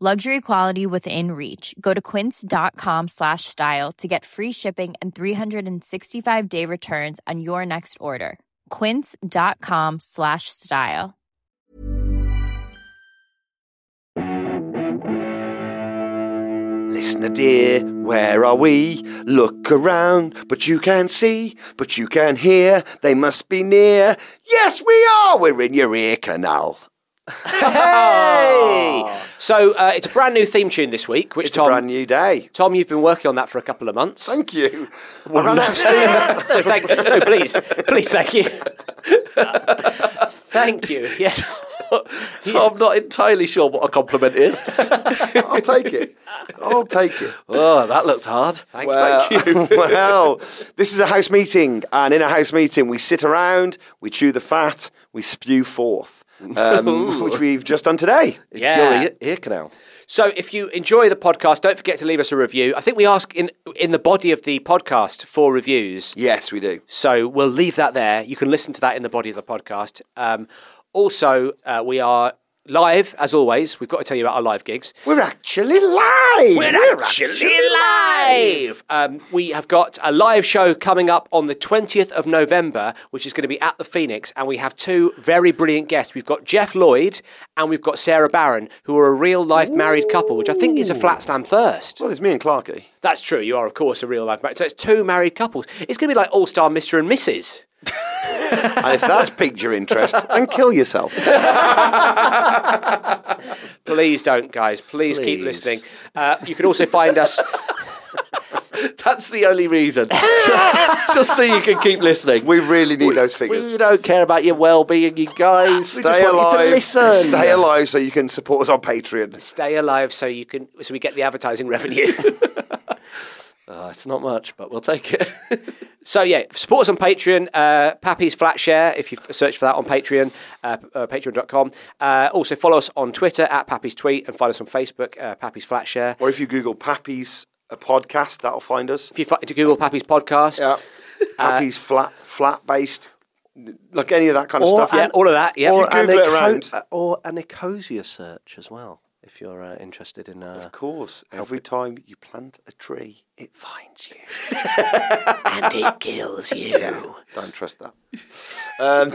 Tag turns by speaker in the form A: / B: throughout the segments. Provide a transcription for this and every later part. A: Luxury quality within reach. Go to quince.com slash style to get free shipping and 365 day returns on your next order. Quince.com slash style.
B: Listener dear, where are we? Look around, but you can see, but you can hear, they must be near. Yes, we are, we're in your ear canal.
C: Hey! so uh, it's a brand new theme tune this week, which
B: It's
C: Tom,
B: a brand new day.
C: Tom, you've been working on that for a couple of months.
B: Thank you. I ran out of steam.
C: no, thank, no, please, please, thank you. thank you. Yes.
D: So I'm not entirely sure what a compliment is.
B: I'll take it. I'll take it.
D: oh, that looked hard. Thank,
B: Well, well, this is a house meeting, and in a house meeting, we sit around, we chew the fat, we spew forth, um, which we've just done today.
C: Yeah.
D: Your ear, ear canal.
C: So if you enjoy the podcast, don't forget to leave us a review. I think we ask in in the body of the podcast for reviews.
B: Yes, we do.
C: So we'll leave that there. You can listen to that in the body of the podcast. Um, also, uh, we are live as always. We've got to tell you about our live gigs.
B: We're actually live.
C: live. Um, we have got a live show coming up on the 20th of November, which is going to be at the Phoenix. And we have two very brilliant guests. We've got Jeff Lloyd and we've got Sarah Barron, who are a real life married couple, which I think is a flat slam first.
B: Well, there's me and Clarky.
C: That's true. You are, of course, a real life married. So it's two married couples. It's going to be like All Star Mr. and Mrs.
B: And if that's piqued your interest, then kill yourself.
C: Please don't, guys. Please, keep
D: Please.
C: listening. Uh, you can also find us.
D: That's the only reason. Just so you can keep listening.
B: We really need those figures.
D: We don't care about your well-being, you guys.
B: Stay
D: we just
B: alive.
D: Want you to listen.
B: Stay alive so you can support us on Patreon.
C: Stay alive so you can so we get the advertising revenue.
D: Oh, it's not much, but we'll take it.
C: So yeah, support us on Patreon. Uh, Pappy's Flat Share, if you f- search for that on Patreon, uh, p- uh, patreon.com. Uh, also follow us on Twitter at Pappy's Tweet and find us on Facebook, uh, Pappy's Flat Share.
B: Or if you Google Pappy's a podcast, that'll find us.
C: If you fi- to Google Pappy's Podcast,
D: Uh,
B: Pappy's flat flat based, like any of that kind of
D: Or
B: stuff.
C: yeah, all of that, yeah.
B: Or-
C: You
B: Google it
D: eco-
B: around.
D: uh, or an Ecosia search as well, if you're uh, interested in. Uh,
B: Of course, every time you plant a tree, it finds you.
C: Google- and it kills you.
B: Don't trust that. Um,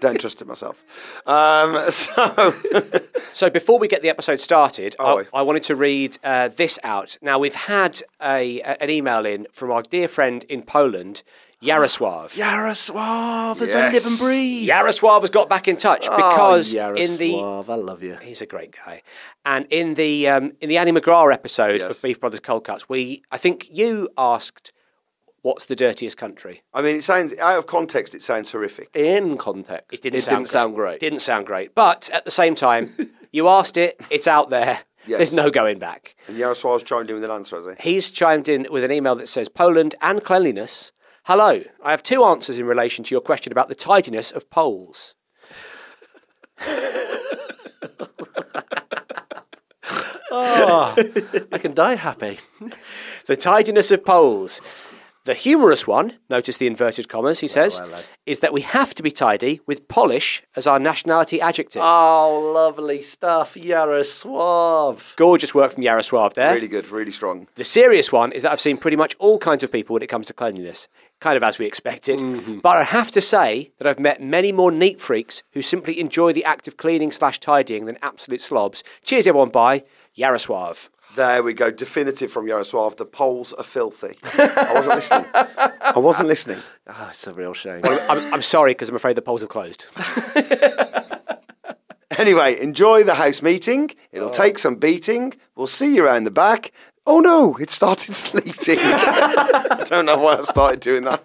B: don't trust it myself. Um, so,
C: So before we get the episode started,
B: Oh,
C: I, I wanted to read uh, this out. Now we've had a, a- an email in from our dear friend in Poland, Yarosław.
D: Yarosłav, as
B: Yes.
D: I live and breathe.
C: Yarosław has got back in touch because
D: oh,
C: in the
D: Yarosłav, I love you.
C: He's a great guy. And in the um, in the Annie McGrath episode
B: Yes.
C: of Beef Brothers Cold Cuts, we I think you asked, "What's the dirtiest country?"
B: I mean, it sounds out of context. It sounds horrific.
D: In context,
C: It didn't,
D: it
C: sound,
D: didn't sound great.
C: Didn't sound great. But at the same time, you asked it. It's out there.
B: Yes.
C: There's no going back.
B: And Yaroslav's chimed in with an answer, has he?
C: He's chimed in with an email that says Poland and cleanliness. Hello, I have two answers in relation to your question about the tidiness of Poles.
D: I can die happy.
C: The tidiness of Poles. The humorous one, notice the inverted commas, he says, is that we have to be tidy with Polish as our nationality adjective.
D: Oh, lovely stuff, Yarosłav.
C: Gorgeous work from Yarosłav there.
B: Really good, really strong.
C: The serious one is that I've seen pretty much all kinds of people when it comes to cleanliness, kind of as we expected. But I have to say that I've met many more neat freaks who simply enjoy the act of cleaning slash tidying than absolute slobs. Cheers, everyone. Bye. Yarosłav.
B: There we go. Definitive from Yaroslav. The polls are filthy. I wasn't listening. I wasn't listening.
D: Ah, it's a real shame.
C: I'm, I'm sorry because I'm afraid the polls have closed.
B: Anyway, enjoy the house meeting. It'll take some beating. We'll see you around the back. Oh no, it started sleeting. I don't know why I started doing that.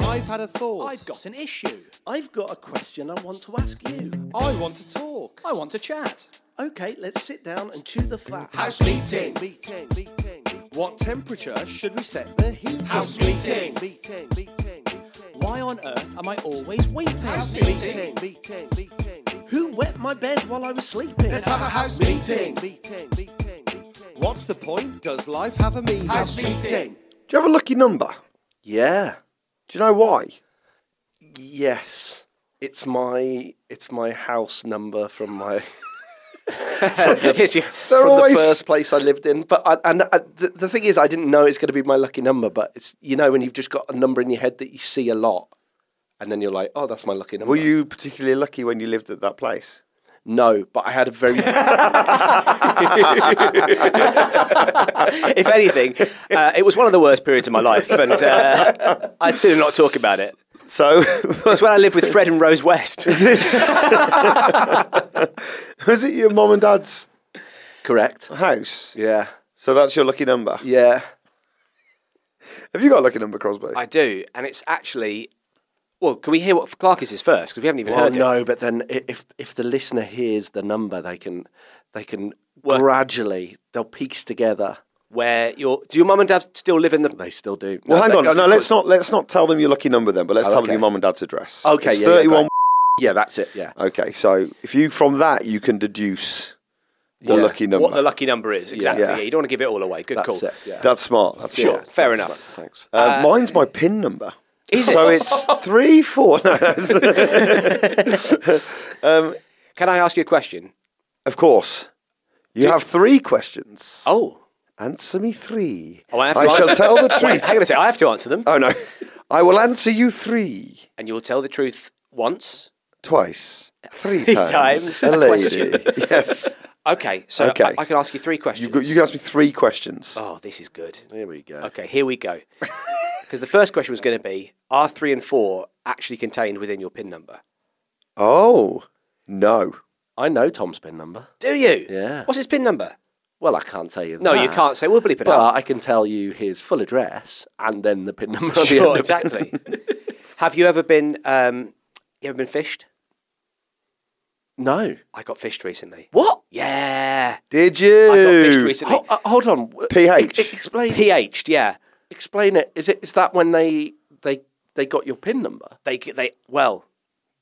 E: I've had a thought.
C: I've got an issue.
F: I've got a question I want to ask you.
E: I want to talk.
C: I want to chat.
F: Okay, let's sit down and chew the fat.
E: House meeting.
F: meeting, meeting. What temperature should we set the heat?
E: House meeting.
F: Meeting. Meeting. Why on earth am I always weeping?
E: House meeting.
F: Meeting. Meeting. Who wet my bed while I was sleeping?
E: Let's have a house meeting.
F: Meeting. Meeting. What's the point? Does life have a meaning?
E: House meeting.
B: Do you have a lucky number?
D: Yeah.
B: Do you know why?
D: Yes. It's my it's my house number from my
C: It's your-
B: They're
D: from
B: always
D: the first place I lived in. But I, and I, the, the thing is, I didn't know it's going to be my lucky number. But it's you know when you've just got a number in your head that you see a lot, and then you're like, oh, that's my lucky number.
B: Were you particularly lucky when you lived at that place?
D: No, but I had a very
C: if anything, uh, it was one of the worst periods of my life, and uh, I'd sooner not talk about it.
B: So
C: It's when I lived with Fred and Rose West.
B: was it your mum and dad's
D: correct.
B: house?
D: Yeah,
B: So that's your lucky number.
D: yeah.
B: Have you got a lucky number, Crosby?
C: I do, and it's actually. Well, can we hear what Clark's is first? Because we haven't even
D: Well,
C: heard it.
D: Oh, no, but then i- if if the listener hears the number, they can they can
C: Well-
D: gradually they'll piece together.
C: Where your do your mum and dad still live in the?
D: They still do.
B: well,
D: No,
B: hang
D: they-
B: on. No, let's not let's not tell them your lucky number then, but let's
D: Oh,
B: tell
D: okay.
B: them your mum and dad's address.
D: Okay,
B: It's
D: yeah, yeah,
B: thirty-one.
D: Yeah, that's it. Yeah.
B: okay, so if you from that you can deduce the
D: Yeah.
B: lucky number.
C: What the lucky number is exactly?
B: Yeah.
C: Yeah. you don't want to give it all away. Good
D: That's
C: call.
D: it. Yeah.
B: That's smart. That's
C: Sure,
B: smart.
C: fair enough.
D: Thanks.
B: Uh, mine's my pin number.
C: Is it?
B: so it's three four.
C: Can I ask you a question?
B: of course, you have three questions.
C: Oh,
B: Answer me three.
C: Oh, I have to
B: shall
C: answer-
B: tell the
C: wait,
B: truth.
C: hang on a second. I have to answer them,
B: Oh no, I will answer you three
C: and you'll tell the truth once.
B: twice, three
C: times
B: times. a
C: a
B: lady. yes,
C: Okay, so
B: Okay.
C: I, I can ask you three questions.
B: you got, you can ask me three questions.
C: Oh, this is good.
D: Here we go.
C: Okay, here we go. Because the first question was going to be: Are three and four actually contained within your pin number?
B: Oh no,
D: I know Tom's pin number.
C: Do you?
D: Yeah.
C: What's his pin number?
D: Well, I can't tell you.
C: No, you
D: that,
C: can't say. We'll bleep it
D: But
C: out.
D: I can tell you his full address and then the pin number. at the end
C: Sure,
D: of it.
C: exactly. Have you ever been? Um, you ever been fished?
D: No.
C: I got fished recently.
D: What?
C: Yeah,
B: did you?
C: I got fished recently.
D: Ho- uh, hold on.
B: PH.
D: E- explain.
C: PH'd, yeah.
D: explain it. Is it? Is that when they they they got your pin number?
C: They they well.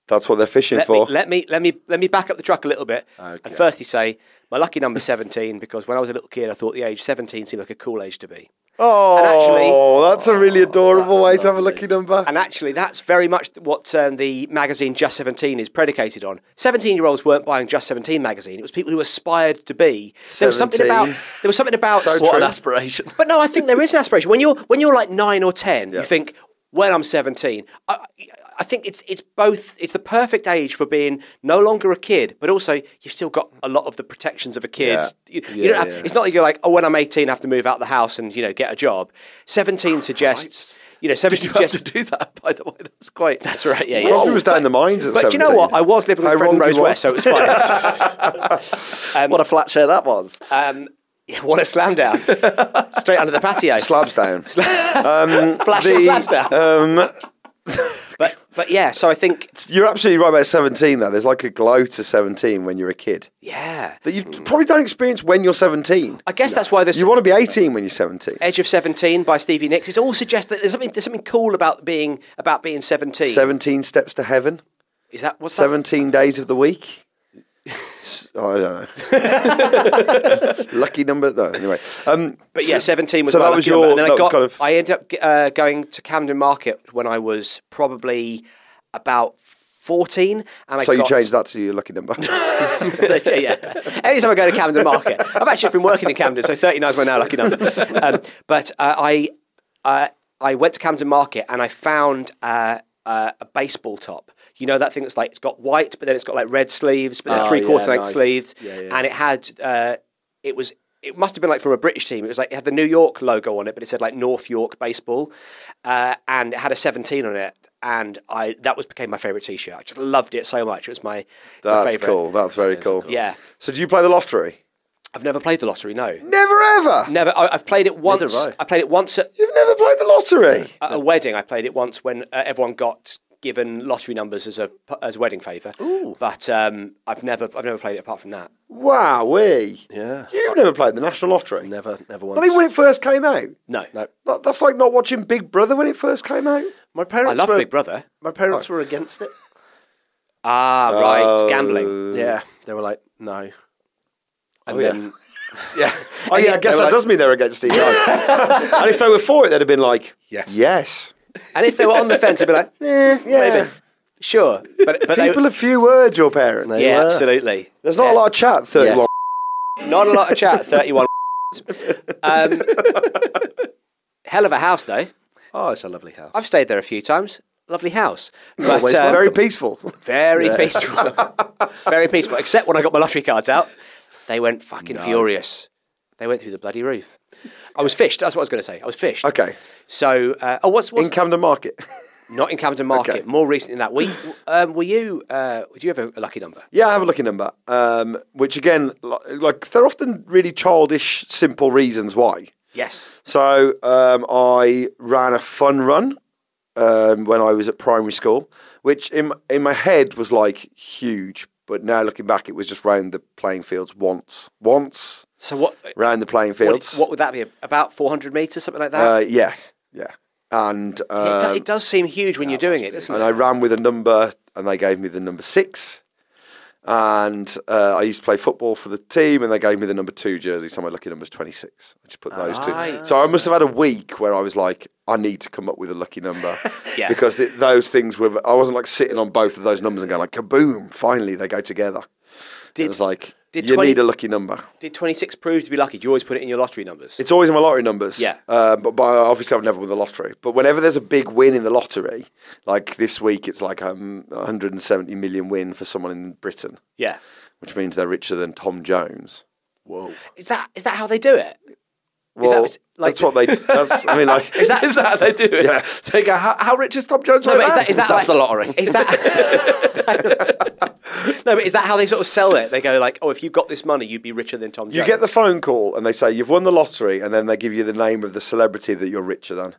B: That's what they're fishing
C: Let me,
B: for.
C: let me let me let me back up the truck a little bit. And firstly, say my lucky number seventeen because when I was a little kid, I thought the age seventeen seemed like a cool age to be.
B: oh,
C: and actually-
B: that's a really adorable way to have a lucky number.
C: And actually, that's very much what um, the magazine Just 17 is predicated on. 17 year olds weren't buying Just 17 magazine. It was people who aspired to be. There was something
B: 17.
C: about. There was something about.
B: What an true.
D: aspiration.
C: But no, I think there is an aspiration. When you're when you're like nine or ten, you think when I'm seventeen. I, I think it's it's both. It's the perfect age for being no longer a kid, but also you've still got a lot of the protections of a kid.
B: Yeah.
C: You, you don't have, It's not like you're like, oh, when I'm eighteen, I have to move out of the house and you know get a job. Seventeen suggests. You know, seventeen
D: You have
C: suggests
D: to do that, by the way. That's quite.
C: that's right. Yeah, yeah.
B: Crosby was down the mines at
C: but do
B: 17.
C: you know what? I was living
B: How
C: with Fred
B: wrong
C: and
B: he
C: Rose
B: was.
C: West, so it was fine.
D: what a flat share that was.
C: Uh, Um, what a slam down! Straight under the patio.
B: Slabs down.
C: Flash
B: the-
C: and slabs down.
B: um,
C: but but yeah, so I think
B: you're absolutely right about 17, though. There's like a glow to 17 when you're a kid
C: yeah.
B: that you probably don't experience when you're 17.
C: I guess that's why there's
B: You want to be 18 when you're 17.
C: Edge of Seventeen by Stevie Nicks. It all suggests that there's something there's something cool about being about being seventeen.
B: 17 steps to heaven,
C: Is that what's that?
B: 17 days of the week. S- oh, I don't know. Lucky number, no. Anyway, um,
C: But yeah, seventeen was
B: so
C: my
B: that was
C: lucky number.
B: your.
C: And then
B: That
C: I
B: was
C: got-
B: kind of.
C: I ended up uh, going to Camden Market when I was probably about fourteen, and I
B: so you
C: got-
B: changed that to your lucky number.
C: yeah, yeah. Anytime I go to Camden Market, I've actually been working in Camden, so 39 is my now lucky number. Um, but uh, I, uh, I went to Camden Market and I found uh, uh, a baseball top. You know that thing that's like it's got white, but then it's got like red sleeves, but they're
D: Oh,
C: three quarter
D: yeah,
C: length
D: nice.
C: sleeves,
D: Yeah, yeah.
C: and it had uh, it was. It must have been like from a British team. It was like it had the New York logo on it, but it said like North York baseball, uh, and it had a seventeen on it. And I that was became my favorite T-shirt. I just loved it so much. It was my, my
B: That's
C: favorite.
B: cool. That's very cool.
C: Yeah.
B: So do you play the lottery?
C: I've never played the lottery. No,
B: Never ever.
C: never. I, I've played it
D: Neither
C: once.
D: have I.
C: I played it once at,
B: You've never played the lottery.
C: at a wedding. I played it once when uh, everyone got given lottery numbers as a as a wedding favour. But um, I've never I've never played it apart from that.
B: Wowee.
D: Yeah.
B: You've never played the National Lottery.
D: Never, never once.
B: Not even when it first came out.
C: No,
D: No.
B: Not- That's like not watching Big Brother when it first came out.
D: My
C: I
D: parents
C: love
D: were,
C: Big Brother.
D: My parents were against it.
C: Ah, right, gambling.
D: Yeah. They were like, no.
C: And
B: Oh, yeah.
C: then
D: Yeah.
B: Oh yeah, I guess that
D: like-
B: does mean they're against it. right. and if they were for it, they'd have been like,
D: Yes.
B: yes,
C: and if they were on the fence, I'd be like,
B: Eh, yeah.
C: maybe, sure. But, but they-
B: People are few words. Your parents.
D: They
C: yeah,
D: were.
C: absolutely.
B: There's not a lot of chat. Thirty-one.
C: Not a lot of chat. Thirty-one. um, hell of a house, though.
D: Oh, it's a lovely house.
C: I've stayed there a few times. Lovely house, but
D: Always
C: um,
B: uh, Very peaceful.
C: very peaceful, very peaceful. Except when I got my lottery cards out, they went fucking furious. They went through the bloody roof. I was fished. That's what I was going to say. I was fished.
B: Okay.
C: So, uh, oh, what's, what's
B: In Camden Market.
C: not in Camden Market?
B: Okay.
C: More recent than that. We um, were you? Uh, did you have a, a lucky number?
B: Yeah, I have a lucky number. Um, which again, li- like they're often really childish, simple reasons why.
C: Yes.
B: So um, I ran a fun run um, when I was at primary school, which in in my head was like huge, but now looking back, it was just round the playing fields once, once
C: So what?
B: round the playing
C: What,
B: fields.
C: what would that be? About four hundred meters, something like that.
B: uh, yeah, yeah, and
C: it, do-
B: um,
C: it does seem huge when you're doing it, doesn't
B: and
C: it?
B: I ran with a number, and they gave me the number six. And uh, I used to play football for the team, and they gave me the number two jersey. So my lucky number was 26. I just put those two.
C: Nice.
B: So I must have had a week where I was like, I need to come up with a lucky number.
C: Yeah.
B: Because th- those things were, I wasn't like sitting on both of those numbers and going like, kaboom, finally they go together.
C: Did-
B: it was like,
C: did
B: you
C: 20
B: need a lucky number.
C: Did twenty six prove to be lucky? Do you always put it in your lottery numbers?
B: It's always in my lottery numbers.
C: Yeah.
B: Uh, but, but obviously, I've never won the lottery. But whenever there's a big win in the lottery, like this week, it's like a um, 170 million win for someone in Britain,
C: yeah.
B: which means they're richer than Tom Jones.
D: Whoa.
C: Is that is that how they do it? that
B: Well,
C: what- like-
B: that's what they. That's, I mean, like,
D: Is that, is that how they do it?
B: Yeah.
D: They go, how, how rich is Tom Jones?
C: No, but
D: like
C: is that, is that
D: That's
C: like-
D: the lottery.
C: Is that no? But is that how they sort of sell it? They go like, "Oh, if you got this money, you'd be richer than Tom."
B: you
C: Jones.
B: get the phone call and they say you've won the lottery, and then they give you the name of the celebrity that you're richer than.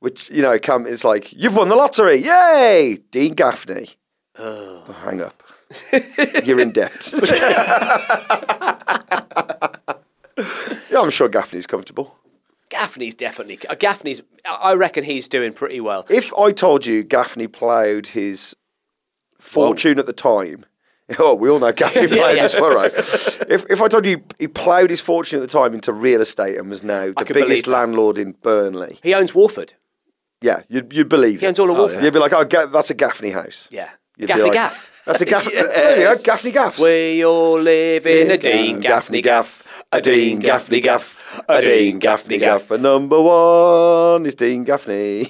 B: Which you know, come it's like you've won the lottery, yay! Dean Gaffney. Oh, hang up. you're in debt. yeah, I'm sure Gaffney's comfortable.
C: Gaffney's definitely. Uh, Gaffney's. I I reckon he's doing pretty well.
B: If I told you Gaffney ploughed his fortune at the time, oh, we all know Gaffney ploughed
C: yeah.
B: his furrow. if, if I told you he ploughed his fortune at the time into real estate and was now the
C: could believe
B: biggest
C: that.
B: landlord in Burnley,
C: He owns Warford.
B: yeah, you'd, you'd believe
C: He
B: it.
C: owns all of Walford.
B: You'd be like, oh, Ga- that's a Gaffney house.
C: Yeah.
B: You'd be
C: Gaffney
B: like,
C: Gaff.
B: That's a Gaffney. There you go, Gaffney Gaffs.
C: We all live in a Dean Gaffney Gaff.
B: A Dean Gaffney Gaff. A Dean Gaffney Gaff. And number one is Dean Gaffney.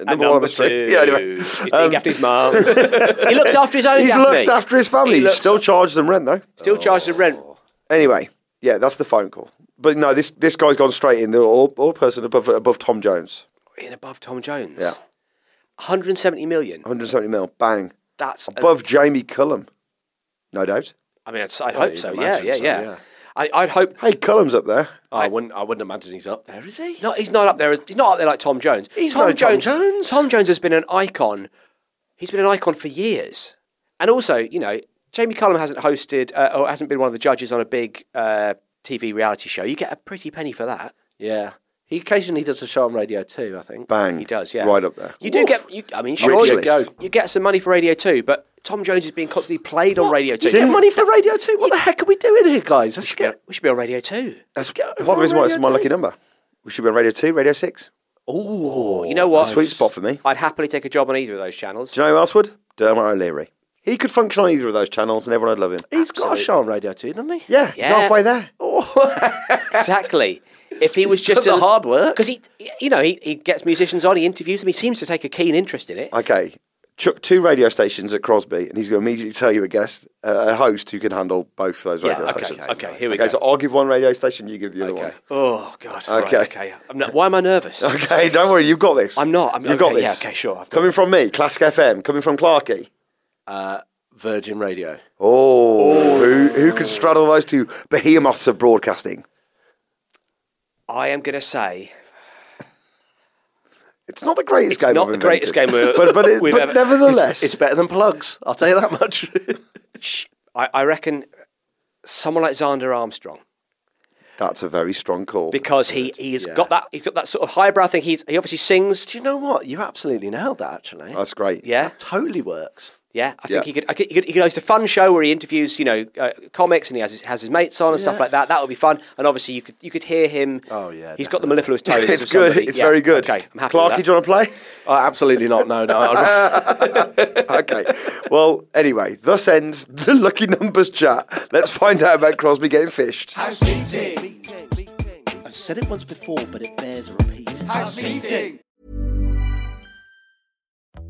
B: And
C: And
B: number one of
C: number
B: the
C: two.
B: three. Yeah, anyway.
C: is Dean
B: Um,
C: Gaffney's mum. he looks after his own.
B: He's
C: Gaffney.
B: looked after Oh. his family.
C: He
B: He
C: looks-
B: still charges them rent though.
C: Still charges the rent.
B: Anyway, yeah, that's the phone call. But no, this this guy's gone straight in. The all, all person above above Tom Jones,
C: In above Tom Jones.
B: Yeah.
C: 170 million.
B: 170 mil, bang.
C: That's a-
B: Above Jamie Cullum, no doubt.
C: I mean, I'd, I'd hope
D: you'd
C: so. Yeah,
D: imagine
C: yeah,
D: so,
C: yeah.
D: yeah.
C: I, I'd hope.
B: Hey, Cullum's up there.
D: Oh, I wouldn't. I wouldn't imagine he's up there, is he?
C: No, he's not up there. as- He's not up there like Tom Jones.
D: He's no Tom Jones.
C: Tom Jones has been an icon. He's been an icon for years. And also, you know, Jamie Cullum hasn't hosted uh, or hasn't been one of the judges on a big uh, TV reality show. You get a pretty penny for that.
D: Yeah. He occasionally does a show on radio too. I think.
B: Bang.
C: He does, yeah.
B: Mm. Right up there.
C: You do get. You, I mean, sure,
B: Rich
C: you,
B: list.
C: you get some money for Radio Two, but Tom Jones is being constantly played on Radio Two.
D: You get money for radio too. What the heck are we doing here, guys? Let's
C: Yeah,
D: get.
C: we should be on Radio Two.
B: That's part of the reason why it's my lucky number. We should be on Radio Two, Radio Six.
C: Oh, you know what?
B: Sweet spot for me.
C: I'd happily take a job on either of those channels.
B: Do you know who else would? Dermot O'Leary. He could function on either of those channels, and everyone would love him.
D: He's got a show on radio too, doesn't he?
B: Yeah, he's
C: Yeah.
B: halfway there.
C: Exactly. If he was
D: He's
C: just
D: done
C: a
D: the hard work.
C: because he, you know, he, he gets musicians on, he interviews them, he seems to take a keen interest in it.
B: Okay, chuck two radio stations at Crosby, and he's going to immediately tell you a guest, uh, a host who can handle both those
C: Yeah,
B: radio
C: okay,
B: stations.
C: okay, okay, here we go.
B: So I'll give one radio station, you give the other one.
C: Oh God. right,
B: Okay.
C: okay. I'm not, why am I nervous?
B: Okay, don't worry, you've got this.
C: I'm not, I'm-
B: you've got
C: okay,
B: this.
C: yeah, okay, sure, I've got
B: coming from me, Classic FM. Coming from Clarkey.
D: Virgin Radio.
B: Oh, who who could straddle those two behemoths of broadcasting?
C: I am going to say
B: It's not the greatest
C: It's
B: game.
C: not
B: I've
C: the greatest
B: invented.
C: game, uh,
B: but but, it,
C: we've
B: but
C: ever-
B: nevertheless,
D: It's better than plugs. I'll tell you that much.
C: Shh. I, I reckon someone like Xander Armstrong
B: that's a very strong call.
C: because he he's
D: Yeah.
C: got that he's got that sort of highbrow thing. He's he obviously sings.
D: Do you know what? You absolutely nailed that. Actually,
B: that's great.
C: Yeah,
D: that totally works.
C: yeah. I think
B: Yeah.
C: he could, I could, he could he could host a fun show where he interviews you know uh, comics and he has his, has his mates on and stuff
D: Yeah.
C: like that. That would be fun. And obviously you could you could hear him.
D: Oh, yeah,
C: he's got the mellifluous tones.
B: It's
C: of
B: good.
C: somebody.
B: It's
C: Yeah.
B: very good.
C: Okay, I'm happy.
B: Clarky,
C: with
B: do you
C: that.
B: want to play?
D: Oh, absolutely not. No, no. I'd-
B: okay. Well, anyway, thus ends the lucky numbers chat. Let's find out about Crosby getting fished.
F: House meeting.
G: I've said it once before, but it bears a repeat.
F: House meeting.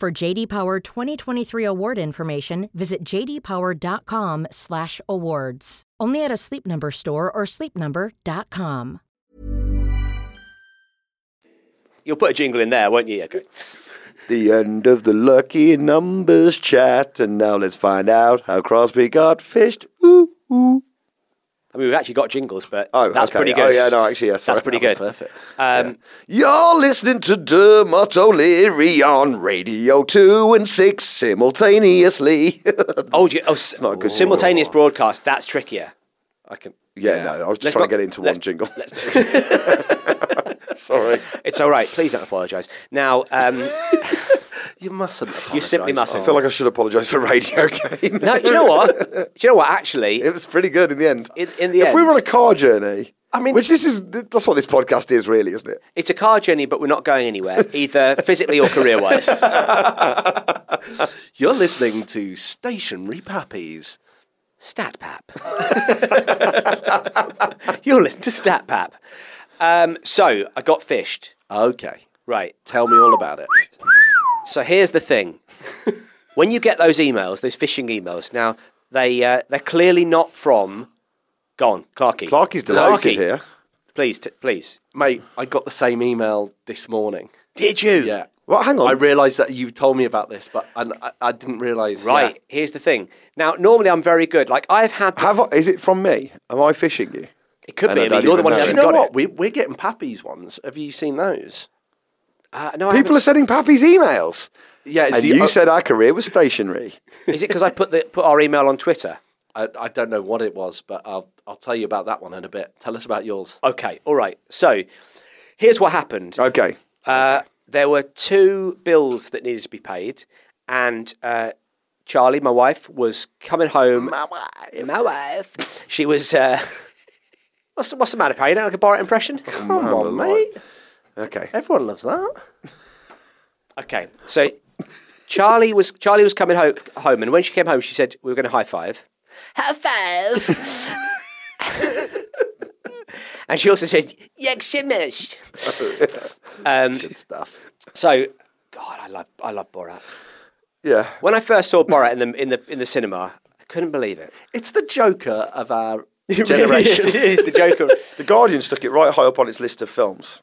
H: For JD Power 2023 award information, visit jdpower.com/awards. Only at a Sleep Number store or sleepnumber.com.
C: You'll put a jingle in there, won't you? Yeah, great.
B: The end of the lucky numbers chat, and now let's find out how Crosby got fished. Ooh, ooh.
C: I mean, we've actually got jingles, but
B: Oh,
C: that's
B: okay.
C: pretty
B: Oh,
C: good.
B: yeah, no, actually, yeah, sorry.
C: that's pretty
B: That was
C: good.
D: perfect.
C: Um,
B: You're listening to Dermot O'Leary on Radio 2 and 6 simultaneously. yeah,
C: Oh, do you, oh, s-
B: not a good
C: simultaneous broadcast. That's trickier.
D: I can.
B: no, I was just
C: Let's
B: trying
C: not-
B: to get into
C: let's-
B: one jingle.
C: let's do it.
B: Sorry.
C: it's all right. Please don't apologise. Now, um,
D: You mustn't. Apologize.
C: You simply mustn't.
B: I feel like I should apologise for Radio Game.
C: no, do you know what? Do you know what? Actually,
B: It was pretty good in the end.
C: In- in the
B: if we
C: end.
B: were on a car journey, I
D: mean-
B: mean, which this is that's what this podcast is, really, isn't it?
C: it's a car journey, but we're not going anywhere, either physically or career-wise.
D: You're listening to Stationary Puppies.
C: StatPap. You'll listen to StatPap. Um, so I got fished.
D: Okay.
C: Right.
D: Tell me all about it.
C: So here's the thing: when you get those emails, those phishing emails, now they uh, they're clearly not from. Go on, Clarky.
B: Clarky's delighted
C: Clarky,
B: here.
C: Please, t- please.
D: Mate, I got the same email this morning.
C: Did you?
D: Yeah.
B: Well, hang on.
D: I realised that you told me about this, but and I, I didn't realise.
C: Right.
D: yeah.
C: Here's the thing. Now, normally I'm very good. Like I've had.
B: Have I, is it from me? Am I fishing you?
C: it could
B: I
C: be. I
B: don't
C: mean, you're the
B: even
C: one who
B: know.
D: Do you
C: hasn't
D: know
C: got
D: what?
C: it.
D: We, we're getting Pappy's ones. Have you seen those?
C: Uh, no, I
B: People
C: haven't
B: are
C: s-
B: sending Pappy's emails.
D: Yeah, it's
B: and
D: the-
B: you
D: oh.
B: said our career was stationary.
C: Is it because I put the put our email on Twitter?
D: I, I don't know what it was, but I'll I'll tell you about that one in a bit. Tell us about yours.
C: Okay. All right. So, here's what happened.
B: Okay.
C: Uh, there were two bills that needed to be paid, and uh, Charlie, my wife, was coming home. My wife, my wife. She was. Uh, what's what's the matter, pal? You don't like a Barrett impression?
D: Come on, mate.
B: Okay.
D: Everyone loves that.
C: Okay, so Charlie was Charlie was coming home, home, and when she came home, she said we were going to high five. High five. and she also said yakshimesh. um,
D: Good stuff.
C: so, God, I love I love Borat.
B: Yeah.
C: When I first saw Borat in the in the in the cinema, I couldn't believe it.
D: It's the Joker of our
C: It really is.
D: generation.
C: it is the Joker.
B: The Guardian stuck it right high up on its list of films.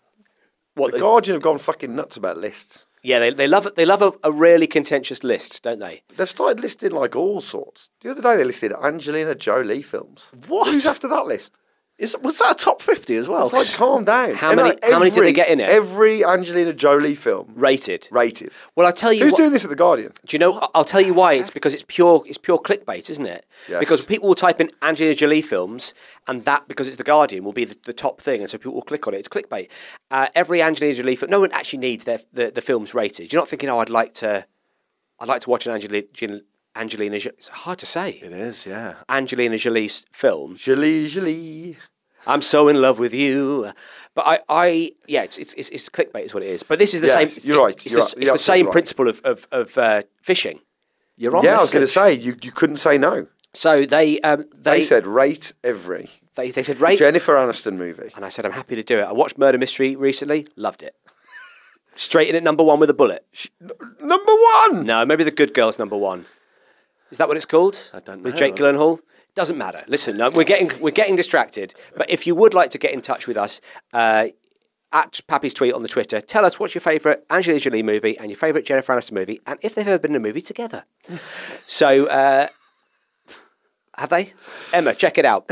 C: What
B: The
C: the-
B: Guardian have gone fucking nuts about lists.
C: yeah, they, they love they love a, a really contentious list, don't they?
B: They've started listing like all sorts. The other day they listed Angelina Jolie films.
D: What?
B: Who's after that list?
D: Is, was that a top 50 as well?
B: It's like, calm down.
C: How many- how many did they get in it?
B: Every Angelina Jolie film
C: Rated.
B: rated.
C: Well, I tell you
B: Who's
C: what-
B: doing this at The Guardian?
C: Do you know? I'll tell you why. It's because it's pure. It's pure clickbait, isn't it?
B: Yes.
C: Because people will type in Angelina Jolie films, and that because it's the Guardian will be the, the top thing, and so people will click on it. It's clickbait. Uh, every Angelina Jolie film. No one actually needs their the, the films rated. You're not thinking, oh, I'd like to, I'd like to watch an Angelina. Angelina. Jo-" It's hard to say.
D: It is, yeah.
C: Angelina Jolie's film.
B: Jolie, Jolie.
C: I'm so in love with you. But I, I yeah, it's, it's, it's, it's clickbait is what it is. But this is the
B: Yes,
C: same.
B: you're right,
C: It's,
B: you're
C: the,
B: right,
C: it's
B: you're
C: the
B: absolutely
C: same
B: right.
C: principle of, of, of uh, fishing.
D: You're on
B: yeah, I was going to
D: message.
B: say, you, you couldn't say no.
C: So they, um, they,
B: They, said rate every
C: they, they said rate,
B: Jennifer Aniston movie.
C: and I said I'm happy to do it. I watched Murder Mystery recently, loved it. Straight in at number one with a bullet.
B: Number one!
C: No, maybe the Good Girls number one. Is that what it's called? I
D: don't
C: With
D: know.
C: Jake Gyllenhaal. Doesn't matter. Listen, no, we're getting we're getting distracted. But if you would like to get in touch with us, uh, at Pappy's tweet on the Twitter, tell us what's your favourite Angelina Jolie movie and your favourite Jennifer Aniston movie, and if they've ever been in a movie together. so, uh, have they? Emma, check it out.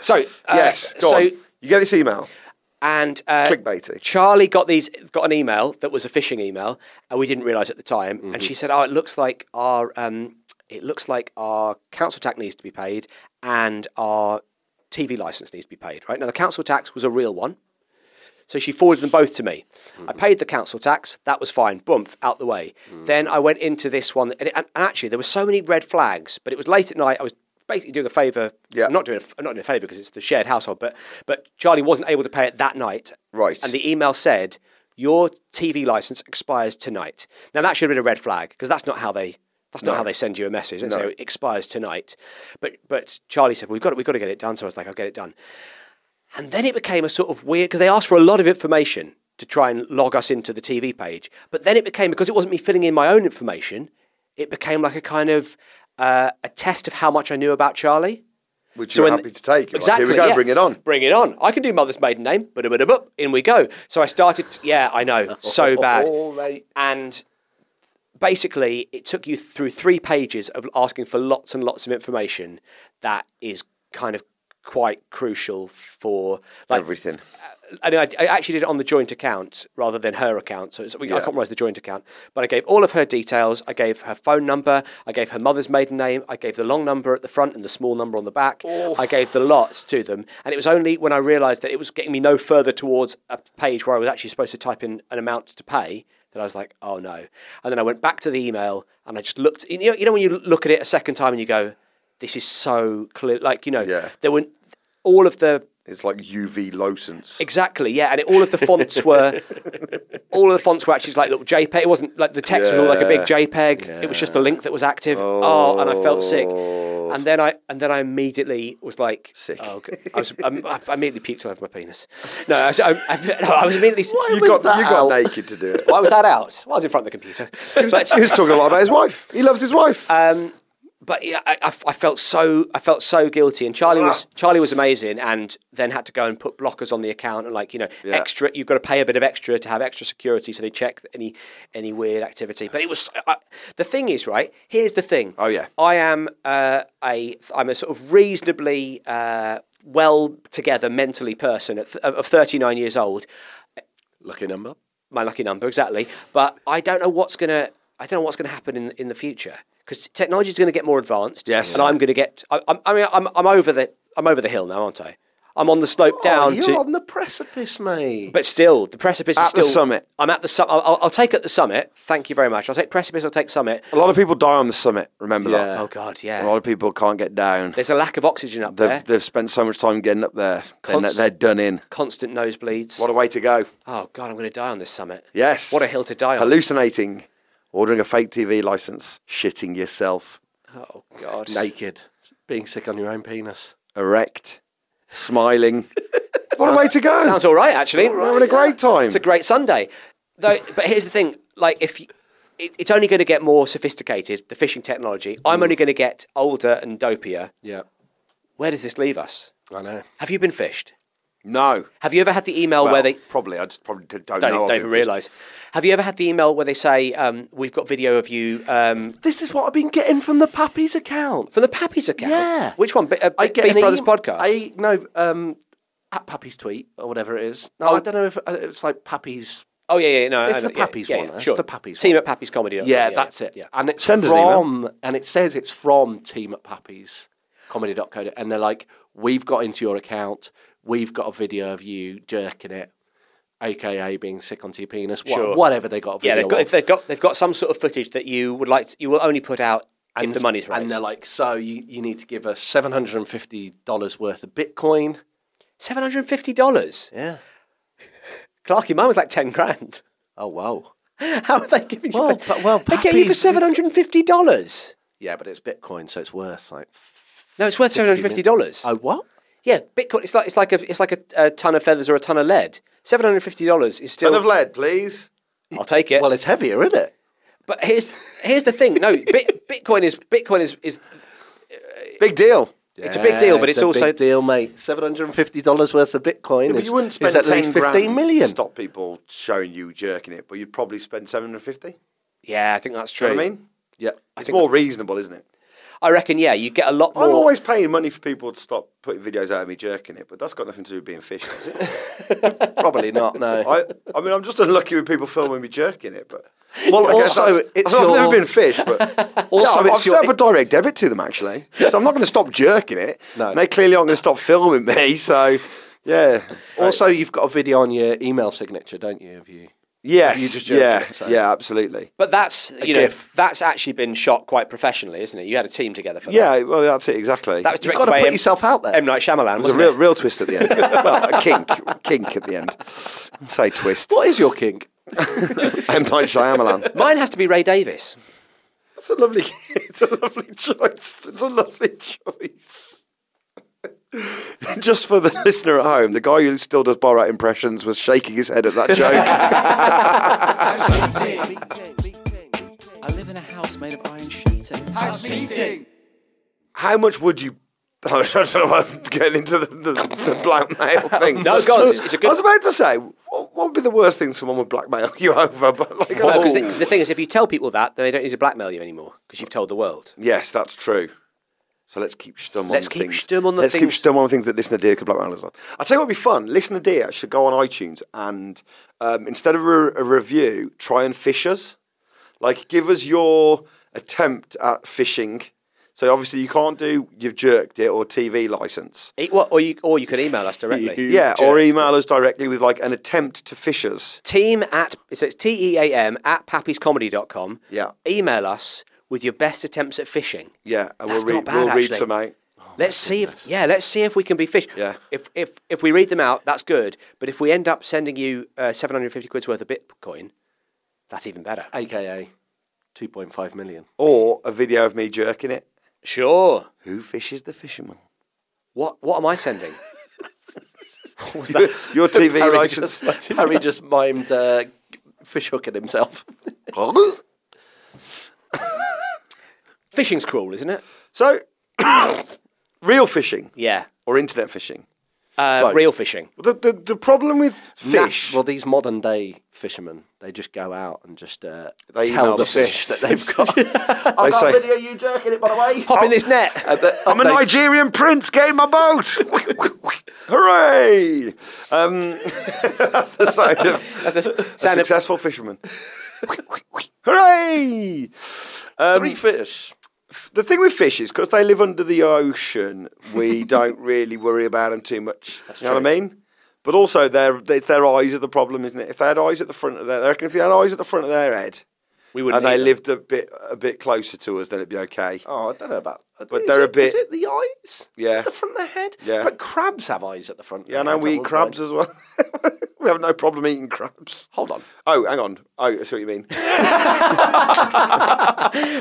C: so uh,
B: yes, go
C: so
B: on. You get this email.
C: and uh,
B: clickbaity.
C: Charlie got these got an email that was a phishing email, and we didn't realise at the time. And she said, "Oh, it looks like our um, it looks like our council tax needs to be paid, and our TV license needs to be paid." Right now, the council tax was a real one, so she forwarded them both to me. I paid the council tax; that was fine. Boomph out the way. Then I went into this one, and, it, and actually, there were so many red flags. But it was late at night. I was basically doing a favour.
B: Yeah.
C: not doing a f- not doing a favour because it's the shared household, but but Charlie wasn't able to pay it that night.
B: Right.
C: And the email said your TV license expires tonight. Now that should have been a red flag because that's not how they that's not how they send you a message. So it expires tonight. But but Charlie said we've got to, we've got to get it done. So I was like I'll get it done. And then it became a sort of weird because they asked for a lot of information to try and log us into the TV page. But then it became because it wasn't me filling in my own information. It became like a kind of uh, a test of how much I knew about Charlie.
B: Which
C: So
B: you're
C: when-
B: happy to take. You're like,
C: Exactly.
B: Here we go,
C: yeah.
B: bring it on.
C: Bring it on. I can do mother's maiden name. ba da ba In we go. So I started. yeah, I know. So bad.
D: All right.
C: And basically, it took you through three pages of asking for lots and lots of information that is kind of quite crucial for like
B: Everything.
C: and I, I actually did it on the joint account rather than her account. So it's, we, I compromised the joint account. But I gave all of her details. I gave her phone number. I gave her mother's maiden name. I gave the long number at the front and the small number on the back. I gave the lots to them. And it was only when I realised that it was getting me no further towards a page where I was actually supposed to type in an amount to pay that I was like, oh no. And then I went back to the email and I just looked. You know, you know when you look at it a second time and you go, this is so clear. Like, you know,
B: Yeah.
C: there were all of the
B: It's like UV losens.
C: Exactly, yeah, and it, all of the fonts were, all of the fonts were actually like little JPEG. It wasn't like the text was all like a big JPEG. It was just the link that was active. Oh. and I felt sick, and then I and then I immediately was like
B: Oh. Sick.
C: Oh, God. I was I'm- I, I immediately puked all over my penis. No, I, was- I, I, no, I was immediately.
B: you got, you got naked to do it.
C: Why was that out? Well, I was in front of the computer. But-
B: He was talking a lot about his wife. He loves his wife.
C: Uh, but yeah, I, I f- I felt so I felt so guilty, and Charlie was
B: Ah.
C: Charlie was amazing, and then had to go and put blockers on the account, and like you know, extra you've got to pay a bit of extra to have extra security, so they check any any weird activity. But it was I, the thing is right. Here's the thing.
B: Oh, yeah.
C: I am uh, a I'm a sort of reasonably uh, well together mentally person at th- of 39 years old
D: Lucky number.
C: my lucky number exactly. But I don't know what's gonna I don't know what's gonna happen in in the future because technology is gonna get more advanced.
B: Yes.
C: and I'm gonna get. I, I'm, I mean, I'm I'm over the I'm over the hill now, aren't I? I'm on the slope
D: Oh,
C: down
D: you're
C: to.
D: on the precipice, mate.
C: but still, the precipice
B: At
C: is
B: the
C: still
B: summit.
C: I'm at the summit. I'll, I'll, I'll take at the summit. Thank you very much. I'll take precipice. I'll take summit.
B: a lot of people die on the summit. Remember that.
C: Oh God, yeah.
B: A lot of people can't get down.
C: There's a lack of oxygen up there.
B: They've, they've spent so much time getting up there. They're,
C: Const-
B: they're done in.
C: Constant nosebleeds.
B: What a way to go.
C: oh God, I'm going to die on this summit.
B: Yes.
C: What a hill to die on.
B: Hallucinating, ordering a fake TV license, shitting yourself,
C: oh God.
D: Naked. Being sick on your own penis.
B: erect, smiling. what a way to go.
C: Sounds all right, actually.
B: We're having a great time.
C: It's a great Sunday. Though, but here's the thing: like, if you, it, it's only going to get more sophisticated, the fishing technology. I'm only going to get older and dopier.
D: Yeah.
C: Where does this leave us?
D: I know.
C: Have you been fished?
B: No.
C: Have you ever had the email
B: Well,
C: where they
B: probably I just probably don't,
C: don't,
B: know.
C: don't even realise? Have you ever had the email where they say um, we've got video of you um,
D: This is what I've been getting from the Pappy's account.
C: from the Pappies account?
D: Yeah.
C: Which one? B- uh,
D: I
C: Big
D: get
C: Beef
D: an e-
C: Brothers podcast.
D: I no um, at Pappy's tweet or whatever it is. No,
C: Oh.
D: I don't know if uh, it's like Pappy's.
C: oh yeah, yeah, no,
D: It's
C: I know,
D: the
C: yeah,
D: Pappies
C: yeah,
D: one,
C: yeah,
D: that's
C: sure.
D: the Pappies
C: Team
D: one.
C: at Pappies comedy.
D: Yeah,
C: dot com,
D: that's it.
C: Yeah.
D: And it's
B: Send us an email.
D: from and it says it's from Team at Pappy's comedy.co and they're like, We've got into your account, we've got a video of you jerking it, aka being sick onto your penis, wha-
C: Sure.
D: whatever they got a video
C: Yeah, they've got,
D: of.
C: they've got they've got some sort of footage that you would like to, you will only put out if the money's right.
D: And they're like, So you, you need to give us seven hundred and fifty dollars worth of Bitcoin.
C: seven hundred and fifty dollars.
D: Yeah.
C: Clarky, mine was like ten grand.
D: Oh wow.
C: How are they giving you?
D: Well,
C: for-
D: but- well,
C: they get you for
D: Pappies-
C: seven hundred and fifty dollars.
D: Yeah, but it's Bitcoin, so it's worth like
C: No, it's worth seven hundred fifty dollars.
D: Oh what?
C: Yeah, Bitcoin. It's like it's like a it's like a, a ton of feathers or a ton of lead. Seven hundred fifty dollars is still.
B: Ton of lead, please.
C: I'll take it.
D: Well it's heavier, isn't it?
C: but here's here's the thing. No, Bit, Bitcoin is Bitcoin is is
B: Big deal.
C: it's a big deal, but it's,
D: a
C: also
D: big deal, mate. Seven hundred and fifty dollars worth of Bitcoin
B: Yeah, but
D: is,
B: you wouldn't spend
D: is at
B: 10
D: least
B: grand
D: fifteen million.
B: to stop people showing you jerking it, but you'd probably spend 750.
C: yeah. I think that's true.
B: Do you know what I mean?
D: Yeah,
B: It's more reasonable, isn't it?
C: I reckon yeah. You get a lot more.
B: I'm always paying money for people to stop putting videos out of me jerking it, but that's got nothing to do with being fishy, has it?
D: probably not. No.
B: I, I mean, I'm just unlucky with people filming me jerking it, but.
D: well,
B: I guess
D: also,
B: that's-
D: it's
B: I've
D: your,
B: never been fished, but
D: Also,
B: also I've,
D: it's
B: I've
D: your-
B: set up a direct debit to them actually, so I'm not going to stop jerking it.
D: No.
B: And they clearly aren't going to stop filming me. So, yeah,
D: also you've got a video on your email signature, don't you? Have you?
B: yes,
D: You just jerking
B: yeah,
D: it, so.
B: yeah, absolutely.
C: But that's you know
D: gif.
C: that's actually been shot quite professionally, isn't it? You had a team together for that.
B: Yeah, well, that's it exactly.
C: That was
D: You've
C: directed
D: got to
C: by
D: put
C: M,
D: yourself out there.
C: M Night Shyamalan.
B: It was a
C: wasn't
B: real,
C: it?
B: real twist at the end. well, a kink, kink at the end. Say twist.
D: What is your kink?
B: M Night Shyamalan.
C: Mine has to be Ray Davis.
B: That's a lovely. It's a lovely choice. It's a lovely choice. Just for the listener at home, the guy who still does Borat impressions was shaking his head at that joke.
F: House meeting.
G: I live in a house made of iron sheeting.
F: House meeting.
B: How much would you? I don't know. I'm getting into the, the, the blackmail thing.
C: No, go on, it's- it's a good-
B: I was about to say, what, what would be the worst thing someone would blackmail you over? But like, I
C: Because
B: don't-
C: the, 'cause the thing is, if you tell people that, then they don't need to blackmail you anymore because you've told the world.
B: yes, that's true. So let's keep stum on
C: Let's keep
B: things.
C: stum on the
B: Let's keep
C: things.
B: stum on things that listener dear could blackmail us on. I tell you what would be fun. Listener dear should go on iTunes and um, instead of a, a review, try and fish us. Like, give us your attempt at fishing. So obviously you can't do you've jerked it or TV license.
C: E- what- or you or you could email us directly.
B: Yeah, or email us directly with like an attempt to fish us.
C: Team at so it's T E A M at pappyscomedy.com.
B: Yeah.
C: Email us with your best attempts at fishing.
B: Yeah, and
C: That's
B: we'll
C: not
B: read
C: bad,
B: we'll read
C: actually.
B: some out.
D: Oh,
C: let's see if yeah, let's see if we can be fish.
B: Yeah.
C: If if if we read them out, that's good. But if we end up sending you uh, seven hundred fifty quid's worth of Bitcoin, that's even better.
D: AKA two point five million.
B: Or a video of me jerking it.
C: Sure.
B: Who fishes the fisherman?
C: What what am I sending? What was
B: Your,
C: that?
B: your TV
D: Harry
B: license.
D: just, Harry just mimed uh, fish hooking himself.
C: Fishing's cruel, isn't it?
B: so, real fishing
C: Yeah.
B: or internet fishing?
C: Uh,
D: Both.
C: real fishing.
B: The, the, the problem with fish.
D: Nah, well, these modern day fishermen, they just go out and just uh,
B: They
D: tell
B: email
D: the
B: the
D: fish that they've got.
B: they say,
D: you jerking it by the way.
C: Hop in this net.
B: I'm a Nigerian prince, get in my boat! Hooray! Um, that's the sound of
C: That's a
B: a
C: sound of-
B: successful fisherman. Hooray!
C: Um,
D: Three fish.
B: The thing with fish is because they live under the ocean, we don't really worry about them too much. you know what I mean? But also, their they, their eyes are the problem, isn't it? If they had eyes at the front of their, I reckon if they had eyes at the front of their head,
C: we
B: and
C: wouldn't.
B: they
C: eat them.
B: lived a bit a bit closer to us, then it'd be okay.
D: Oh, I don't know about.
B: But
D: is
B: they're a
D: it- Is
B: bit-
D: it the eyes?
B: Yeah.
D: At the front of the head.
B: Yeah.
D: But crabs have eyes at the front.
B: Yeah,
D: of
B: and
D: the
B: know
D: head, I
B: we eat
D: wouldn't
B: crabs
D: they?
B: as well. we have no problem eating crabs.
D: Hold on.
B: Oh, hang on. Oh, I see what you mean.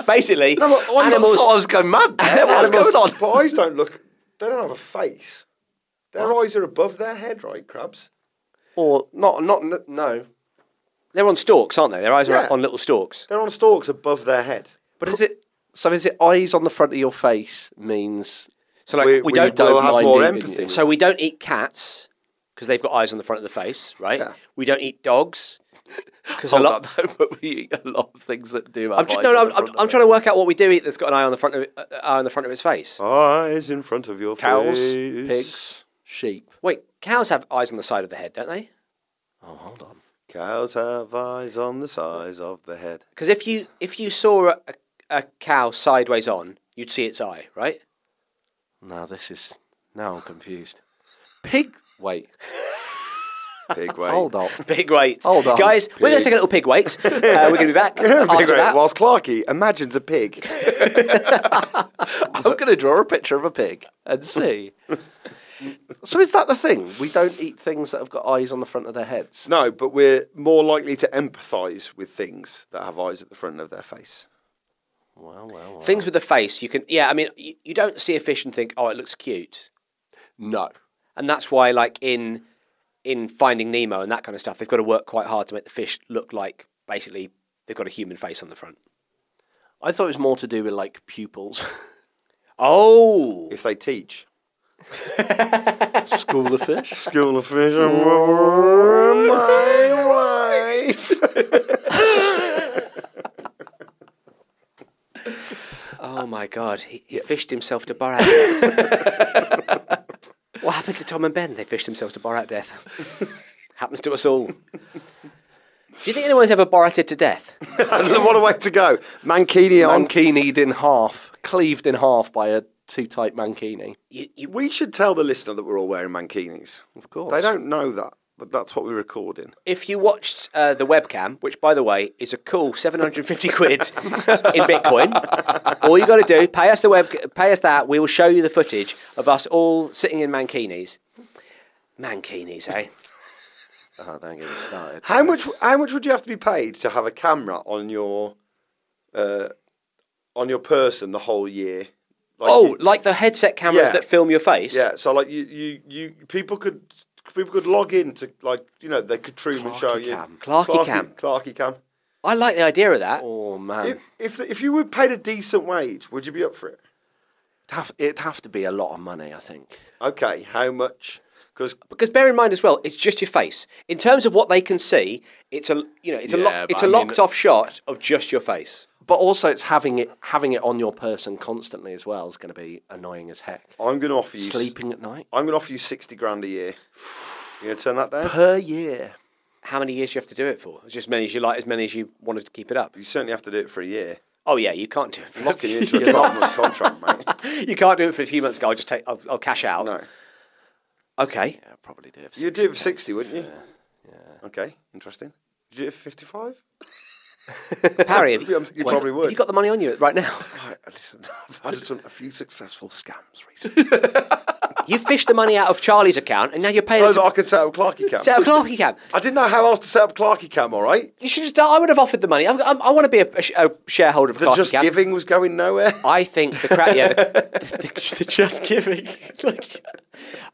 C: Basically,
D: Animals
C: animals.
D: thought I was going mad.
B: Animals-
D: Animals on.
B: But eyes don't look. They don't have a face. Their eyes are above their head, right? Crabs.
D: Or not? Not n- no.
C: They're on stalks, aren't they? Their eyes
B: Yeah.
C: are on little stalks.
B: They're on stalks above their head.
D: But is it? So is it eyes on the front of your face means
C: So like
B: We-
C: we,
B: we
C: don't.
B: don't- We'll have
D: mind
B: more
D: eating
B: empathy.
D: you?
C: so we don't eat cats because they've got eyes on the front of the face, right? We don't eat dogs because a
D: Hold
C: lot.
D: on, though, but we eat a lot of things that do have
C: I'm, ju-
D: eyes
C: no, no,
D: on
C: I'm,
D: the
C: I'm,
D: front
C: I'm
D: of
C: trying to work out what we do eat that's got an eye on the front of uh, eye on the front of its
D: Oh.
C: face.
B: Eyes in front of your
D: Cows,
B: face.
D: pigs, sheep.
C: Wait, cows have eyes on the side of the head, don't they?
D: Oh, hold on.
B: Cows have eyes on the size of the head.
C: Because if you if you saw a, a, a cow sideways on, you'd see its eye, right?
D: Now this is now I'm confused. Pig. Wait.
B: Big weight.
D: Hold on.
C: Big weight.
D: Hold on.
C: guys. We're going to take a little pig weight. uh, we're going to be back after
B: Big weight.
C: that.
B: Whilst Clarky imagines a pig.
D: I'm going to draw a picture of a pig and see. so is that the thing? We don't eat things that have got eyes on the front of their heads.
B: No, but we're more likely to empathise with things that have eyes at the front of their face.
D: Well, well, well.
C: Things with the face, you can. Yeah, I mean, you, you don't see a fish and think, "Oh, it looks cute,"
D: No.
C: and that's why, like in in Finding Nemo and that kind of stuff, they've got to work quite hard to make the fish look like basically they've got a human face on the front.
D: I thought it was more to do with like pupils,
C: Oh,
B: If they teach.
D: school of fish. Mm.
B: School of Fish and My Wife.
C: oh my God, he, he fished himself to bar out. death. what happened to Tom and Ben? They fished themselves to bar out death. Happens to us all. Do you think anyone's ever borated to death?
B: what a way to go. Mankini on.
D: Mankinied in half, cleaved in half by a too tight mankini.
C: You, you,
B: We should tell the listener that we're all wearing mankinis.
D: Of course.
B: They don't know that, but that's what we're recording.
C: if you watched uh, the webcam, which by the way is a cool 750 quid in Bitcoin, all you got to do pay us the web, pay us that. We will show you the footage of us all sitting in mankinis. Mankinis, eh?
D: Oh, don't get me started.
B: How much? How much would you have to be paid to have a camera on your, uh, on your person the whole year? Like
C: oh,
B: you-
C: like the headset cameras
B: Yeah.
C: that film your face.
B: yeah. So like you, you, you people could people could log in to like you know they could Truman show you
D: Cam.
C: Clarky Cam.
B: Clarky Cam.
C: I like the idea of that.
D: Oh man,
B: If, if if you were paid a decent wage, would you be up for it?
D: it'd, have, it'd have to be a lot of money, I think.
B: Okay, how much? Because
C: Because bear in mind as well, it's just your face. In terms of what they can see, it's a you know it's a
D: Yeah,
C: lock,
D: but
C: it's a
D: I mean-
C: locked off shot of just your face.
D: But also, it's having it having it on your person constantly as well is going to be annoying as heck.
B: I'm going to offer you s-
D: Sleeping at night
B: I'm going to offer you sixty grand a year. You going to turn that down?
D: per year.
C: How many years do you have to do it for? It's just as many as you like, as many as you wanted to keep it up.
B: You certainly have to do it for a year.
C: Oh yeah, you can't do it. For
B: Locking you into a twelve month contract, mate.
C: you can't do it for a few months. Ago. I'll just take. I'll, I'll cash out.
B: No.
C: Okay.
D: Yeah, I'd probably do it. for
B: You'd do it for 60, wouldn't you?
D: yeah.
B: Okay, interesting. Did you do it for 55?
C: Parry. have
B: You probably would.
C: Have you got the money on you right now?
B: Right, listen, I've had some, a few successful scams recently.
C: you fished the money out of Charlie's account, and now you're paying.
B: so
C: it
B: that I
C: to-
B: could set up Clarky Cam.
C: Set up Clarky Cam.
B: I didn't know how else to set up Clarky Cam, all right?
C: You should just. I would have offered the money. I'm, I'm, I want to be a, a sh- a shareholder of
B: The
C: Clarky
B: Just
C: Cam.
B: Giving was going nowhere.
C: I think the crap. Yeah, the, the, the Just Giving. like,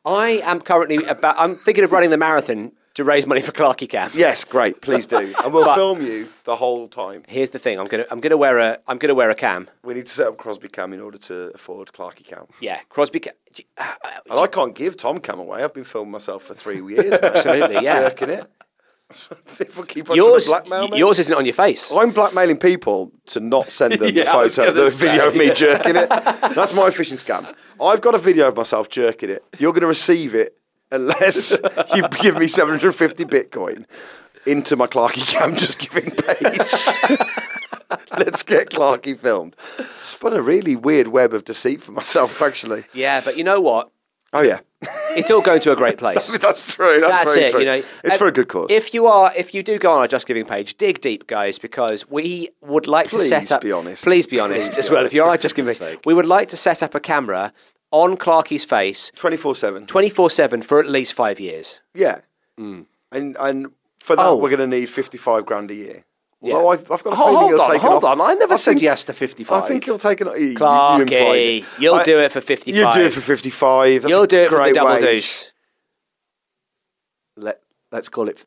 C: I am currently about. I'm thinking of running the marathon to raise money for Clarky Cam.
B: yes, great, please do. And we'll film you the whole time.
C: Here's the thing. I'm gonna. I'm gonna wear a. I'm gonna wear a cam.
B: We need to set up Crosby Cam in order to afford Clarky Cam.
C: Yeah, Crosby. Cam.
B: And I can't give Tom Cam away. I've been filming myself for three years. now.
C: Absolutely, yeah.
B: Jerking it. People keep on
C: Yours.
B: trying to blackmail me.
C: Yours isn't on your face.
B: I'm blackmailing people to not send them
D: Yeah,
B: the
D: I was
B: photo,
D: gonna
B: the
D: say.
B: video of me jerking it. That's my phishing scam. I've got a video of myself jerking it. You're going to receive it unless you give me 750 Bitcoin into my Clarky Cam just giving page. Let's get Clarky filmed. Spun a really weird web of deceit for myself, actually.
C: Yeah, but you know what?
B: Oh yeah,
C: It's all going to a great place.
B: that's true. That's,
C: That's
B: very
C: it.
B: true.
C: You know,
B: it's
C: Uh,
B: for a good cause.
C: If you are, if you do go on our Just Giving page, dig deep, guys, because we would like to
B: Please
C: set up.
B: be honest.
C: Please be honest
B: Please
C: as
B: be
C: well.
B: honest.
C: If you are on our Just Giving, we would like to set up a camera on Clarky's face,
B: twenty four seven.
C: twenty four seven, for at least five years.
B: Yeah. And and for that,
D: Hmm. Oh.
B: we're going to need fifty five grand a year.
C: Yeah.
B: Although I've, I've got a
D: Hold
B: feeling he'll
D: on,
B: take an
D: hold
B: off-
D: on. I never said
B: think-
D: yes to 55.
B: I think he'll take an. You, you implied it.
C: Clarky, you'll
B: I-
C: do it for fifty
B: You'll
C: five.
B: do it for fifty five.
C: You'll do it for
B: great
C: the double
B: wage.
C: deuce.
D: Let Let's call it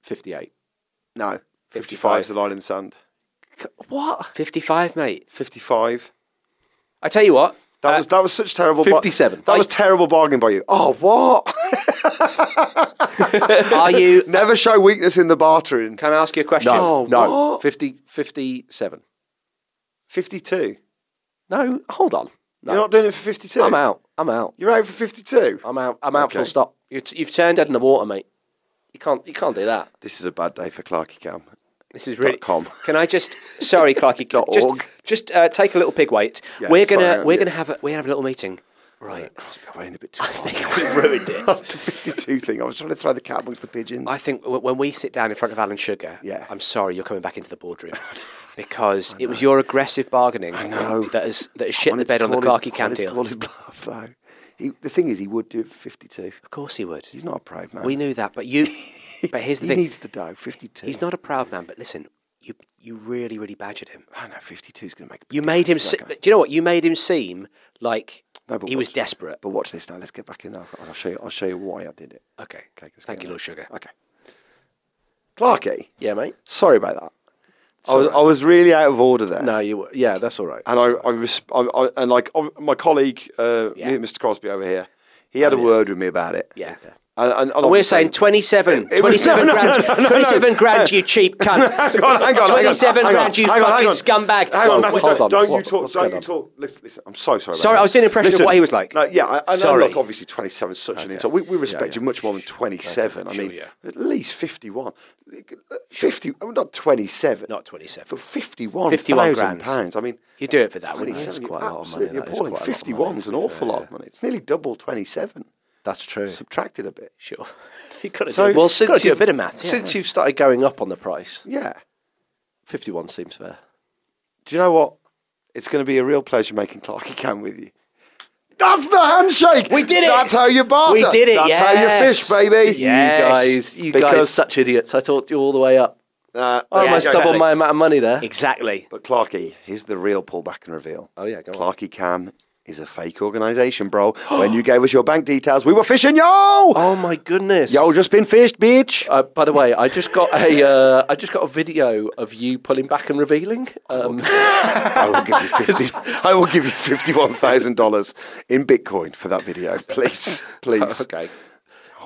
D: 58.
B: No, fifty five is the line in the sand.
D: What?
C: Fifty five, mate.
B: Fifty five.
C: I tell you what.
B: That
D: Uh,
B: was that was such terrible.
D: 57.
B: That was terrible bargaining by you. Oh what?
C: Are you
B: never show weakness in the bartering?
C: Can I ask you a question?
D: No,
B: Oh,
D: no.
B: what?
D: 50, 57.
B: Fifty-two.
D: No, hold on. No.
B: You're not doing it for fifty-two.
D: I'm out. I'm out.
B: You're out for fifty-two.
D: I'm out. I'm out. Full
B: Okay.
D: stop. You t- you've turned dead in the water, mate. You can't. You can't do that.
B: This is a bad day for Clarky Cam.
C: This is really.
B: Dot com.
C: Can I just? Sorry, Clarky.
B: Dot
C: just
B: org.
C: just uh, take a little pig weight.
B: Yeah,
C: we're gonna
B: sorry,
C: we're
B: yeah.
C: gonna have a, we're gonna have a little meeting. Right.
B: Crosby, I'm running a bit too hard.
C: We ruined it.
B: the 52 thing. I was trying to throw the cat amongst the pigeons.
C: I think w- when we sit down in front of Alan Sugar,
B: Yeah.
C: I'm sorry, you're coming back into the boardroom because it was your aggressive bargaining
B: know.
C: that has that has
B: I
C: shit the
B: wanted to
C: bed on the
B: call his-
C: Clarky
B: I
C: Cam
B: wanted to
C: deal.
B: Call his bluff, though. He, the thing is, he would do it for 52.
C: Of course he would.
B: He's not a proud man.
C: We knew that, but you. but here's the
B: he
C: thing.
B: needs the dough. 52.
C: He's not a proud man, but listen, you you really really badgered him.
B: I know 52 is going to make. a big
C: You made him.
B: difference
C: Se-
B: to that
C: do
B: guy.
C: you know what? You made him seem like
B: No, but
C: he was
B: watch-
C: desperate.
B: But watch this now. Let's get back in there. I'll show you. I'll show you why I did it.
C: Okay.
B: Okay. let's
C: Thank
B: get
C: you,
B: in
C: Lord
B: there.
C: Sugar.
B: Okay. Clarky,
D: Yeah, mate.
B: sorry about that. I was, I was really out of order there.
D: No, you. Yeah, that's all right.
B: and I, I, res- I, I and like ob- my colleague, uh,
C: Yeah. Oh,
B: Mr. Crosby over here, he had a word with me about it.
C: Yeah. Okay.
B: and, and, and
C: And we're
B: obviously-
C: saying 27,
B: It was-
C: 27
B: no, no,
C: grand,
B: no, no, no,
C: 27
B: no.
C: grand, you cheap cunt.
B: hang on, hang on,
C: 27
B: hang on,
C: grand, you
B: hang on,
C: fucking
B: hang on.
C: scumbag.
B: Hang on,
C: Whoa,
B: Matthew,
C: wait,
B: don't,
D: hold on.
B: don't you
D: What-
B: talk.
D: what's
B: Don't
D: going
B: you
D: on?
B: talk. Listen, listen, I'm so sorry. about
C: Sorry,
B: that.
C: I was doing an impression of
B: Listen,
C: what he was like.
B: No, yeah, I, I know.
C: Sorry.
B: Look, obviously, 27 is such an insult. We, we respect you much more than 27. I mean, at least 51. 50, I'm not 27.
C: Not 27.
B: But 51,
C: 51 grand.
B: pounds. I mean,
C: You do it for that, wouldn't you?
B: 27
D: quite
B: quite
D: a lot of money,
B: absolutely
D: that is
B: appalling.
D: quite a lot of
B: 51
D: money,
B: is
D: to
B: an
D: be
B: awful
D: fair,
B: lot
D: yeah.
B: of money. It's nearly double 27.
D: That's true.
B: Subtracted a bit.
C: Sure. you got to
B: So-
C: do,
B: Well,
C: well,
D: since
C: got to do a
D: you've-
C: bit of maths. Yeah.
D: Since you've started going up on the price,
B: Yeah.
D: fifty-one seems fair.
B: Do you know what? It's going to be a real pleasure making Clarky Cam with you. That's the handshake.
C: We did it.
B: That's how you barter.
C: We did it,
B: That's
C: yes.
B: how you fish, baby.
C: Yes.
D: You guys, you guys,
B: Because-
D: such idiots. I talked you all the way up.
B: Uh,
D: I
C: Yeah,
D: almost
C: exactly.
D: doubled my amount of money there.
C: Exactly.
B: But Clarky, here's the real pullback and reveal.
D: Oh, yeah, go on.
B: Clarky Cam is a fake organisation, bro. when you gave us your bank details, we were fishing yo.
D: Oh my goodness!
B: Yo, just been fished, bitch.
D: Uh, by the way, I just got a uh, I just got a video of you pulling back and revealing. Um,
B: I will give you fifty. I will give you fifty-one thousand dollars in Bitcoin for that video, please, please.
D: okay,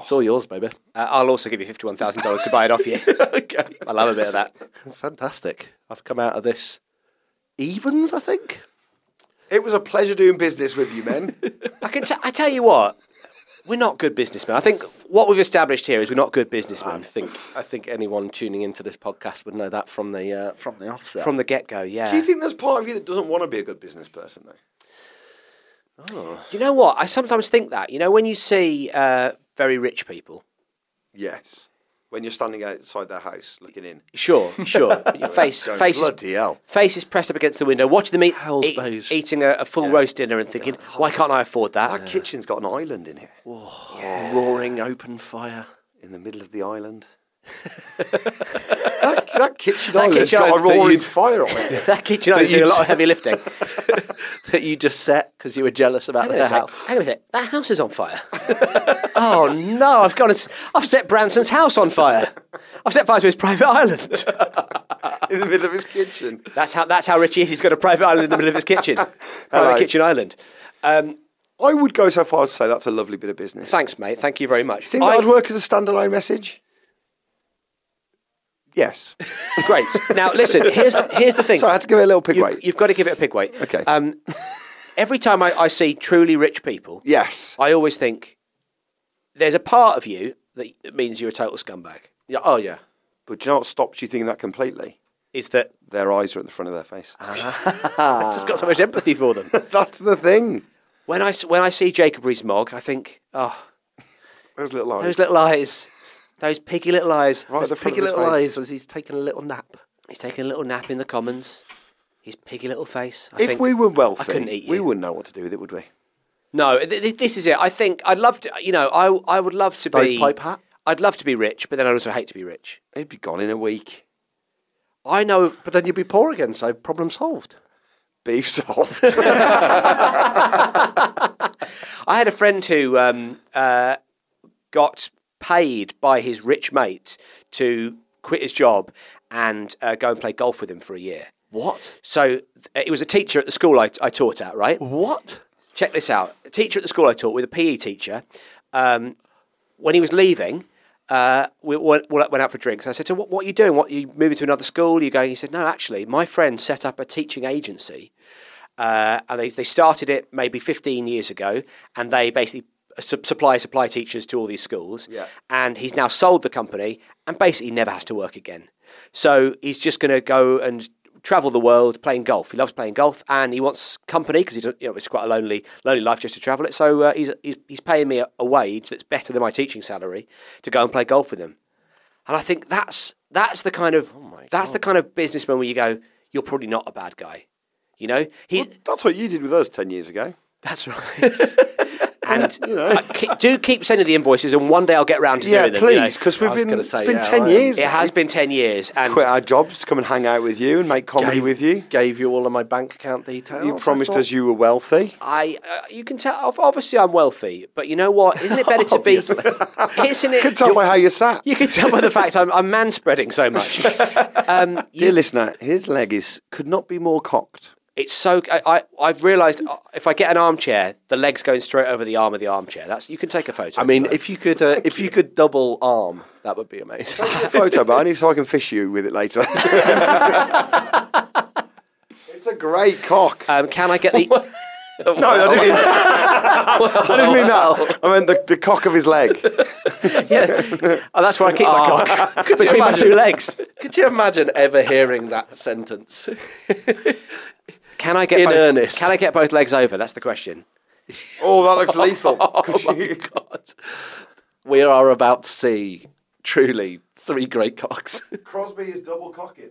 D: it's all yours, baby.
C: Uh, I'll also give you $51,000 to buy it off you.
D: Okay,
C: I love a bit of that.
D: fantastic. I've come out of this evens, I think.
B: It was a pleasure doing business with you, men.
C: I can. T- I tell you what, we're not good businessmen. I think what we've established here is we're not good
D: I
C: businessmen
D: think I think anyone tuning into this podcast would know that from the uh, from the offset.
C: from the get-go. Yeah.
B: Do you think there's part of you that doesn't want to be a good business person, though?
C: You know what? I sometimes think that. You know, when you see uh, very rich people,
B: Yes. When you're standing outside their house looking in,
C: sure, sure, your face,
B: Going,
C: face,
B: bloody
C: is,
B: hell.
C: face is pressed up against the window, watching them eat,
D: Hell's
C: eat-
D: those.
C: eating a, a full roast dinner
B: Oh,
C: and thinking, why can't I afford
B: that
C: that?
B: kitchen's got an island in it,
D: roaring open fire.
B: in the middle of the island. that, that kitchen
C: That
B: island's
C: kitchen
B: got a
C: island that
B: roaring
C: you'd-
B: fire on it.
C: that kitchen I was doing a lot of heavy lifting.
D: that you just set because you were jealous about
C: Hang on a
D: the
C: sec.
D: house.
C: Hang on a sec. That house is on fire. oh no! I've gone. And, s- I've set Branson's house on fire. I've set fire to his private island.
B: in the middle of his kitchen.
C: That's how. That's how rich he is. He's got a private island in the middle of his kitchen. Private
B: Hello.
C: kitchen island. Um,
B: I would go so far as to say that's a lovely bit of business.
C: thanks, mate. Thank you very much.
B: Think
C: I-
B: that would work as a standalone message? Yes.
C: Great. Now, listen, here's the, here's the thing.
B: So I had to give it a little pig
C: you,
B: weight.
C: You've got to give it a pig weight.
B: Okay.
C: Um, every time I, I see truly rich people,
B: yes.
C: I always think there's a part of you that, that means you're a total scumbag.
D: Yeah. Oh yeah.
B: But do you know what stops you thinking that completely?
C: Is that
B: Their eyes are at the front of their face.
C: Ah. I've just got so much empathy for them.
B: That's the thing.
C: when I s- when I see Jacob Rees-Mogg, I think, oh,
B: Those little eyes.
C: those little eyes, those piggy little eyes.
B: Right at the front
D: Piggy
B: of his
D: little
B: face.
D: eyes as he's taking a little nap.
C: He's taking a little nap in the Commons. His piggy little face. I
B: If
C: think,
B: we were wealthy,
C: I couldn't eat you.
B: we wouldn't know what to do with it, would we?
C: No, th- th- this is it. I think I'd love to. You know, I I would love to be
D: Stovepipe hat?
C: I'd love to be rich, but then I'd also hate to be rich.
B: He'd be gone in a week.
C: I know.
D: But then you'd be poor again, so problem solved.
B: Beef solved.
C: I had a friend who um, uh, got paid by his rich mate to quit his job and uh, go and play golf with him for a year.
D: What?
C: So uh, it was a teacher at the school I, I taught at, right?
D: What?
C: Check E this out. A teacher at the school I taught with, a PE teacher, um, when he was leaving, uh, we went, we went out for drinks. I said to him, what, what are you doing? What, are you moving to another school? Are you going? He said, no, actually, my friend set up a teaching agency uh, and they, they started it maybe 15 years ago and they basically su- supply supply teachers to all these schools
B: Yeah.
C: and he's now sold the company and basically never has to work again so he's just going to go and travel the world playing golf he loves playing golf and he wants company because you know, it's quite a lonely lonely life just to travel it so uh, he's, he's, he's paying me a, a wage that's better than my teaching salary to go and play golf with him and I think that's that's the kind
B: Oh
C: of that's the kind of businessman where you go, you're probably not a bad guy. You know, he.
B: That's what you did with us 10 years ago.
C: That's right. and I ke- do keep sending the invoices, and one day I'll get round to
B: Yeah,
C: doing them. you know.
B: please, because
D: I was
B: we've been,
D: gonna say,
B: it's been
D: yeah,
B: 10
D: I-
B: years.
C: It has been ten years, and
B: Quit our jobs to come and hang out with you and make comedy with you.
D: Gave you all of my bank account details.
B: You
D: I
B: promised
D: thought-
B: us you were wealthy.
C: I, uh, you can tell. ob- Obviously, I'm wealthy, but you know what? Isn't it better to be? Isn't it?
B: Could tell by how you sat.
C: you can tell by the fact I'm, I'm man spreading so much. Um,
B: Dear listener, his leg is could not be more cocked.
C: It's so I, I I've realised uh, if I get an armchair, the legs going straight over the arm of the armchair. That's you can take a photo.
D: I mean, if you could, uh, if you could double arm, that would be amazing.
B: Photo, but I need so I can fish you with it later. it's a great cock.
C: um, can I get the?
B: No, I didn't mean, I didn't mean that. I meant the, the cock of his leg.
C: Oh, that's where I keep my cock between my two legs.
D: could you imagine ever hearing that sentence?
C: Can I get
D: In
C: both,
D: earnest.
C: Can I get both legs over? That's the question.
B: Oh, that looks lethal.
D: God, we are about to see truly three great cocks.
B: Crosby is double cocking.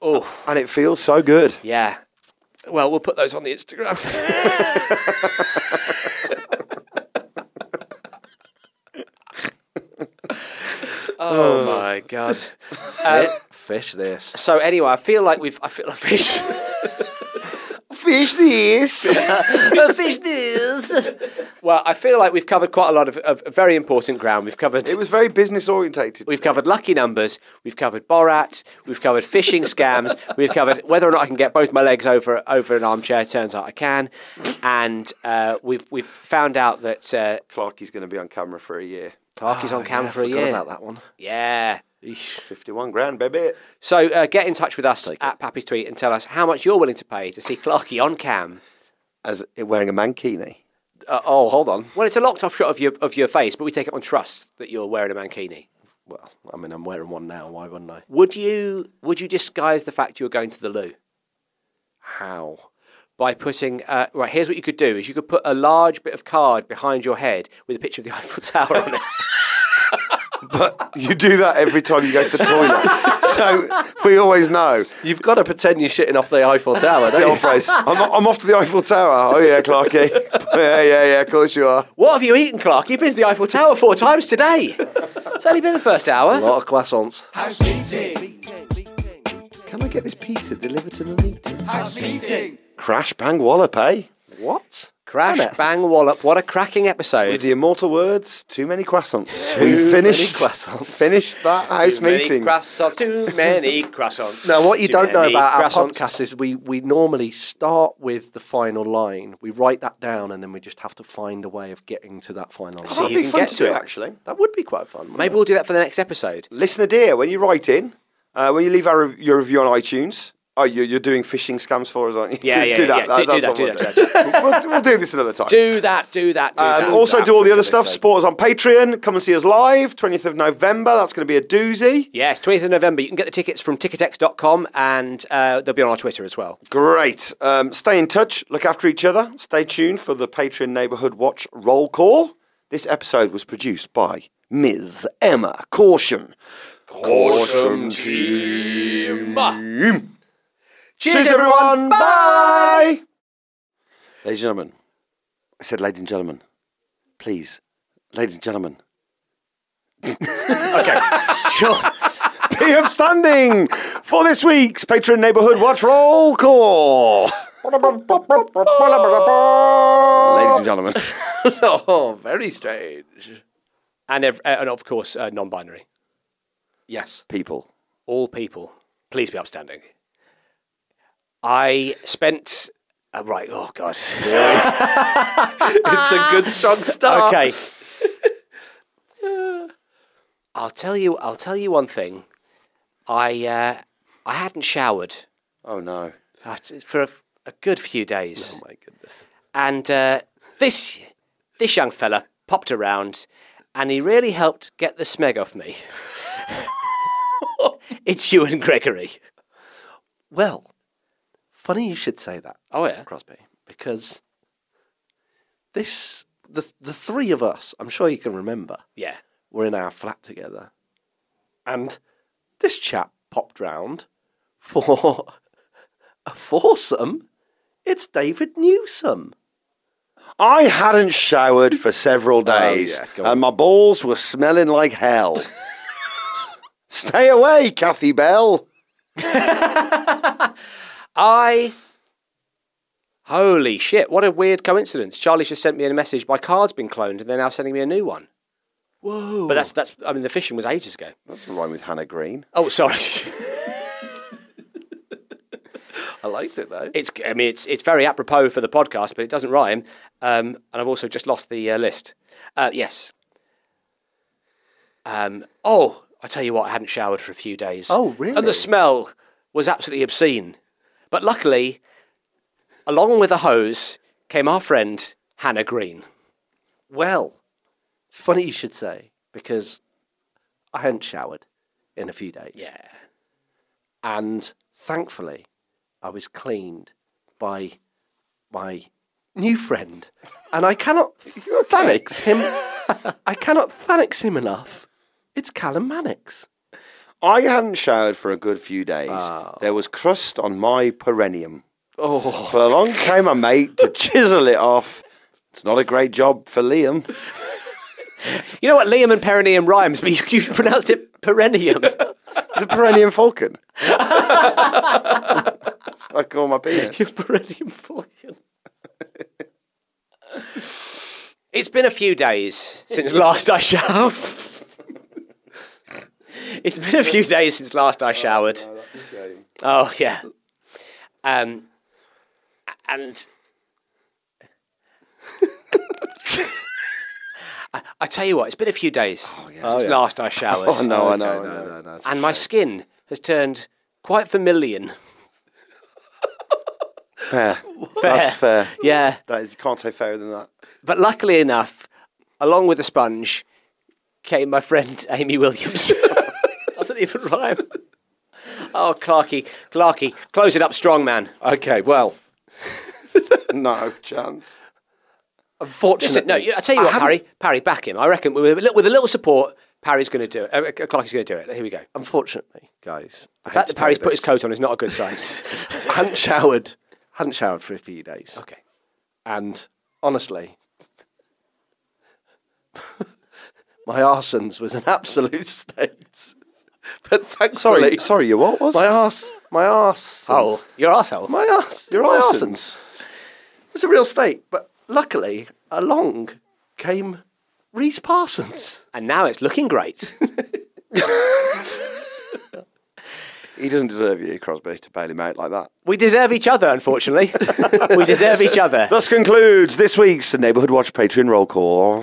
C: Oh
B: And it feels so good.
C: yeah. Well, we'll put those on the Instagram. oh my god.
B: Um,
D: Fish this.
C: So anyway, I feel like we've. I feel like fish.
B: Fish this.
C: fish this. Well, I feel like we've covered quite a lot of, of very important ground. We've covered.
B: it was very business orientated.
C: We've covered lucky numbers. We've covered Borat. We've covered phishing scams. We've covered whether or not I can get both my legs over over an armchair. Turns out I can, and uh, we've we've found out that uh,
B: Clark is going to be on camera for a year.
C: Clark is on cam for a
D: Ah, forgot
C: year.
D: about that one.
C: Yeah.
B: 51 grand, baby.
C: So uh, get in touch with us at Pappy's Tweet and tell us how much you're willing to pay to see Clarky on cam.
B: As wearing a mankini.
D: Uh, oh, hold on.
C: Well, it's a locked off shot of your of your face, but we take it on trust that you're wearing a mankini.
D: Well, I mean, I'm wearing one now. Why wouldn't I?
C: Would you would you disguise the fact you were going to the loo?
D: How?
C: by putting uh, right here's what you could do is you could put a large bit of card behind your head with a picture of the eiffel tower on it
B: But you do that every time you go to the toilet. so we always know.
D: You've got to pretend you're shitting off the Eiffel Tower,
B: The
D: don't
B: old
D: you?
B: phrase. I'm, I'm off to the Eiffel Tower. Oh, yeah, Clarky. yeah, yeah, yeah, of course you are.
C: what have you eaten clark you've been to the eiffel tower four times today it's only been the first
D: A
C: hour
D: lot of croissants.
E: House meeting.
B: Can I get this pizza delivered to Nuneaton?
E: House meeting.
B: Crash, bang, wallop, eh?
D: What?
C: crash bang wallop what a cracking episode
B: With the immortal words, too many croissants. we finished,
D: many croissants.
B: finished that house
C: too many
B: meeting.
C: croissants too many croissants
D: Now, what you
C: Too
D: don't know
C: many
D: about our
C: croissants.
D: podcast is we, we normally start with the final line. We write that down, and then we just have to find a way of getting to that final line.
C: See,
B: That'd
C: you
B: be
C: can
B: fun
C: get
B: to
C: to
B: do,
C: it.
B: actually.
D: That would be quite fun. wouldn't
C: maybe we'll do that for the next episode
B: Listener dear, when you write in, uh, when you leave our, rev- your review on iTunes, oh, you're, you're doing phishing scams for us, aren't you?
C: Yeah,
B: do,
C: yeah,
B: do that,
C: yeah. Do- do
B: that's
C: that,
B: what
C: do
B: we'll
C: that,
B: do. we'll, we'll do this another time.
C: do that do that do that
B: Um, also,
C: that
B: do all
C: for
B: the other
C: goodness
B: stuff.
C: sake.
B: Support us on Patreon. Come and see us live, 20th of November. That's going to be a doozy.
C: Yes, 20th of November. You can get the tickets from ticketex.com and uh, they'll be on our Twitter as well.
B: Great. Um, stay in touch. Look after each other. Stay tuned for the Patreon Neighbourhood Watch roll call. This episode was produced by Ms. Emma Caution. Caution team. Cheers, everyone. Bye. Ladies and gentlemen, I said, ladies and gentlemen, please, ladies and gentlemen.
C: Sure.
B: PM standing for this week's Patron Neighbourhood Watch Roll Call. Ladies and gentlemen.
D: we? Oh, very strange.
C: and, ev- uh, and of course, uh, non binary.
D: Yes.
B: people.
C: all people, please be upstanding. I spent. Uh, right, oh God.
D: It's a good, strong start.
C: okay. I'll tell you. I'll tell you one thing. I uh, I hadn't showered
B: Oh no.
C: for a, a good few days. Oh my goodness! And uh, this this young fella popped around, and he really helped get the smeg off me. it's you and Gregory.
D: Well, funny you should say that,
C: Oh yeah.
D: Crosby, because this the the three of us, I'm sure you can remember,
C: Yeah.
D: were in our flat together, and this chap popped round for a foursome. It's David Newsom.
B: I hadn't showered for several days,
D: yeah, go on.
B: and my balls were smelling like hell. Stay away, Kathy Bell.
C: I. Holy shit, what a weird coincidence. Charlie's just sent me a message. My card's been cloned and they're now sending me a new one. Whoa. But that's, that's I mean, the fishing was ages ago.
B: That's a rhyme with Hannah Green.
C: Oh, sorry.
D: I liked it though.
C: it's, I mean, it's, it's very apropos for the podcast, but it doesn't rhyme. Um, and I've also just lost the uh, list. Uh, yes. Um, oh, I tell you what, I hadn't showered for a few days.
D: Oh,
C: And
D: really?
C: the smell was absolutely obscene. But luckily, along with a hose came our friend, Hannah Green.
D: Well, it's funny you should say because I hadn't showered in a few days.
C: Yeah.
D: And thankfully, I was cleaned by my new friend. And I cannot thanks him. I cannot thanks him enough. It's Callum Mannix.
B: I hadn't showered for a good few days. There was crust on my perennium. Oh. But along came a mate to chisel it off. It's not a great job for Liam.
C: You know what? Liam and perineum rhymes, but you, you pronounced it perennium.
B: The perennium falcon. I call my penis.
C: perennium falcon. it's been a few days since last I showered. it's been a few days since last I showered. Oh, yeah. Um, a- and I, I tell you what, it's been a few days since last I showered.
B: Oh, no, I know. I know.
C: and my skin has turned quite vermilion.
B: Fair. That's fair.
C: Yeah.
B: That is, you can't say fairer than that.
C: But luckily enough, along with the sponge came my friend Amy Williams. Doesn't even rhyme. Oh, Clarky, Clarky, close it up strong, man.
D: Okay, well,
B: No chance.
D: unfortunately,
C: Listen, no, you- I tell you what, Parry, Parry, back him. I reckon with, a li- with a little support, Parry's going to do it. Uh, uh, Clarky's going to do it. Here we go.
D: unfortunately, guys,
C: The
D: I hate
C: fact
D: to
C: that
D: tell
C: Parry's
D: you
C: put
D: this.
C: his coat on is not a good sign.
D: I hadn't showered. Hadn't showered for a few days.
C: okay.
D: And honestly, my arsons was an absolute state. But thankfully,
B: Sorry, sorry, you what was?
D: my arse, my arse,
C: Oh, your arsehole.
D: my arse, your
B: My
D: arsons.
B: arsons.
D: It was a real state. But luckily, along came Reese Parsons.
C: and now it's looking great.
B: He doesn't deserve you, Crosby, to bail him out like that.
C: we deserve each other, unfortunately. we deserve each other.
B: Thus concludes this week's Neighbourhood Watch Patreon roll call.